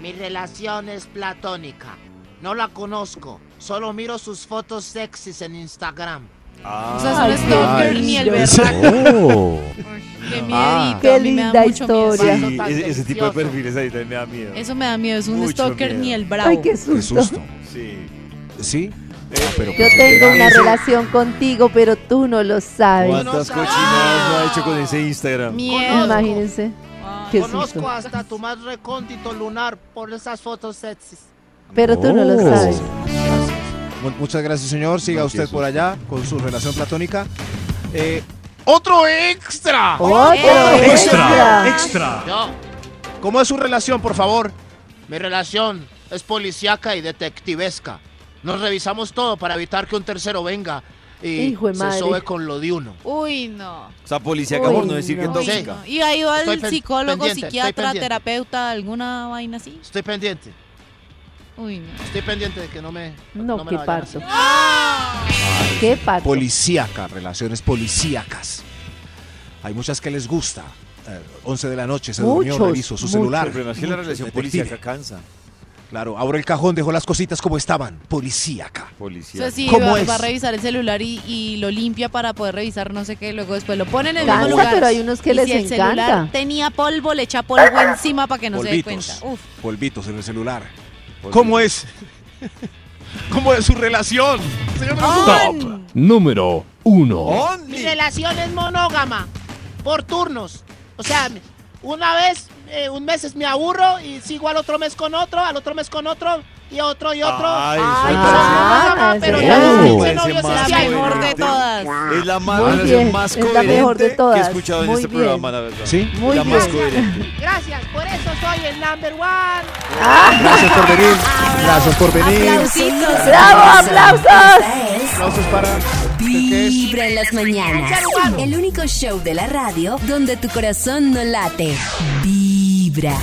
Speaker 12: Mi relación es platónica. No la conozco. Solo miro sus fotos sexys en Instagram.
Speaker 4: O
Speaker 3: Ah,
Speaker 4: sea, eso no es
Speaker 5: Ay,
Speaker 4: stalker ni el
Speaker 5: [laughs] Dios.
Speaker 1: Oh.
Speaker 4: berraco. Ay, Qué
Speaker 3: Ah.
Speaker 4: miedito.
Speaker 8: Qué
Speaker 4: a mí me da
Speaker 8: linda
Speaker 4: mucho miedo.
Speaker 8: historia.
Speaker 3: Sí,
Speaker 11: tan
Speaker 3: ese, ese tipo de
Speaker 11: delicioso.
Speaker 3: perfiles ahí también me da miedo.
Speaker 4: Eso me da miedo, es un
Speaker 3: Mucho
Speaker 4: stalker
Speaker 3: miedo.
Speaker 4: ni el bravo.
Speaker 8: Ay, qué
Speaker 5: Qué
Speaker 8: susto.
Speaker 5: susto.
Speaker 3: Sí.
Speaker 5: ¿Sí?
Speaker 3: Ah,
Speaker 8: Yo
Speaker 3: pues
Speaker 8: tengo una relación contigo, pero tú no lo sabes.
Speaker 3: ¿Cuántas
Speaker 11: Ah,
Speaker 3: cochinadas no ha hecho con ese Instagram?
Speaker 4: Miedo.
Speaker 8: Imagínense. Qué
Speaker 11: Conozco
Speaker 8: susto.
Speaker 11: hasta tu más recóndito lunar por esas fotos sexys.
Speaker 8: Pero tú no lo
Speaker 5: Oh.
Speaker 3: Oh.
Speaker 8: sabes.
Speaker 5: Mu- Muchas gracias, señor. Siga usted por allá con su relación platónica. Eh, ¡Otro extra!
Speaker 8: Otro extra.
Speaker 11: Yo,
Speaker 5: ¿Cómo es su relación, por favor?
Speaker 11: mi relación es policíaca y detectivesca. Nos revisamos todo para evitar que un tercero venga y
Speaker 8: Hijo de
Speaker 11: se
Speaker 8: madre.
Speaker 11: sobe con lo de uno.
Speaker 4: Uy, no.
Speaker 3: O sea, policía, por no
Speaker 8: Uy,
Speaker 3: decir que
Speaker 8: no.
Speaker 4: Uy,
Speaker 3: tóxica.
Speaker 4: no. ¿Y ha ido
Speaker 11: Estoy
Speaker 4: al
Speaker 11: pen-
Speaker 4: psicólogo,
Speaker 11: pendiente, estoy
Speaker 4: psiquiatra,
Speaker 11: pendiente.
Speaker 4: terapeuta, alguna vaina así?
Speaker 11: Estoy pendiente,
Speaker 4: Uy, no.
Speaker 11: estoy pendiente de que no me.
Speaker 8: No,
Speaker 11: me
Speaker 8: qué
Speaker 11: la vayan a
Speaker 8: parto.
Speaker 11: hacer.
Speaker 8: Qué parto.
Speaker 5: Policíaca, relaciones policíacas. Hay muchas que les gusta. Eh, 11 de la noche se durmió,
Speaker 8: Muchos,
Speaker 5: revisó su
Speaker 8: muchos.
Speaker 5: celular.
Speaker 3: El problema es que la relación
Speaker 5: Detective.
Speaker 3: policíaca cansa.
Speaker 5: Claro, abre el cajón, dejó las cositas como estaban. Policíaca.
Speaker 4: O sea,
Speaker 3: Policía.
Speaker 4: sí,
Speaker 5: ¿Cómo
Speaker 4: va,
Speaker 5: es?
Speaker 4: va a revisar el celular y, y lo limpia para poder revisar no sé qué, luego después lo pone en el
Speaker 8: Cansa,
Speaker 4: mismo lugar.
Speaker 8: pero hay unos que
Speaker 4: Y
Speaker 8: les
Speaker 4: si el celular
Speaker 8: encanta.
Speaker 4: tenía polvo, le echa polvo encima para que no se dé
Speaker 5: Polvitos.
Speaker 4: cuenta. Uf.
Speaker 5: Polvitos en el celular. Pues ¿Cómo es? ¿Cómo es su relación? Señor
Speaker 1: Top número
Speaker 5: Oh,
Speaker 1: 1.
Speaker 11: Mi
Speaker 3: Only.
Speaker 11: relación es monógama, por turnos. O sea, una vez, eh, un mes es me aburro y sigo al otro mes con otro, al otro mes con otro y otro y otro.
Speaker 3: Ay,
Speaker 11: Ay,
Speaker 3: eso
Speaker 11: pero
Speaker 3: es-
Speaker 8: ah,
Speaker 11: monógama, pero
Speaker 8: sí.
Speaker 11: ya
Speaker 3: Oh.
Speaker 11: hice
Speaker 3: Parece
Speaker 11: novios,
Speaker 3: más
Speaker 11: es que
Speaker 4: La
Speaker 11: hay
Speaker 3: bueno.
Speaker 4: mejor de
Speaker 3: coherente.
Speaker 4: todas.
Speaker 3: Es la más,
Speaker 8: Muy
Speaker 3: relación
Speaker 8: bien,
Speaker 3: más
Speaker 8: es la mejor de
Speaker 3: coherente que he
Speaker 8: todas.
Speaker 3: escuchado en
Speaker 8: Muy
Speaker 3: este
Speaker 8: bien.
Speaker 3: programa, la verdad.
Speaker 5: ¿Sí?
Speaker 8: Muy
Speaker 3: la
Speaker 8: bien.
Speaker 3: más coherente.
Speaker 11: Gracias, por eso soy el number one.
Speaker 5: Gracias por venir. Gracias por venir.
Speaker 2: Aplausitos.
Speaker 8: ¡Bravo, aplausos!
Speaker 2: Esta es
Speaker 5: Aplausos para.
Speaker 2: Vibra en las mañanas. El único show de la radio donde tu corazón no late. Vibra.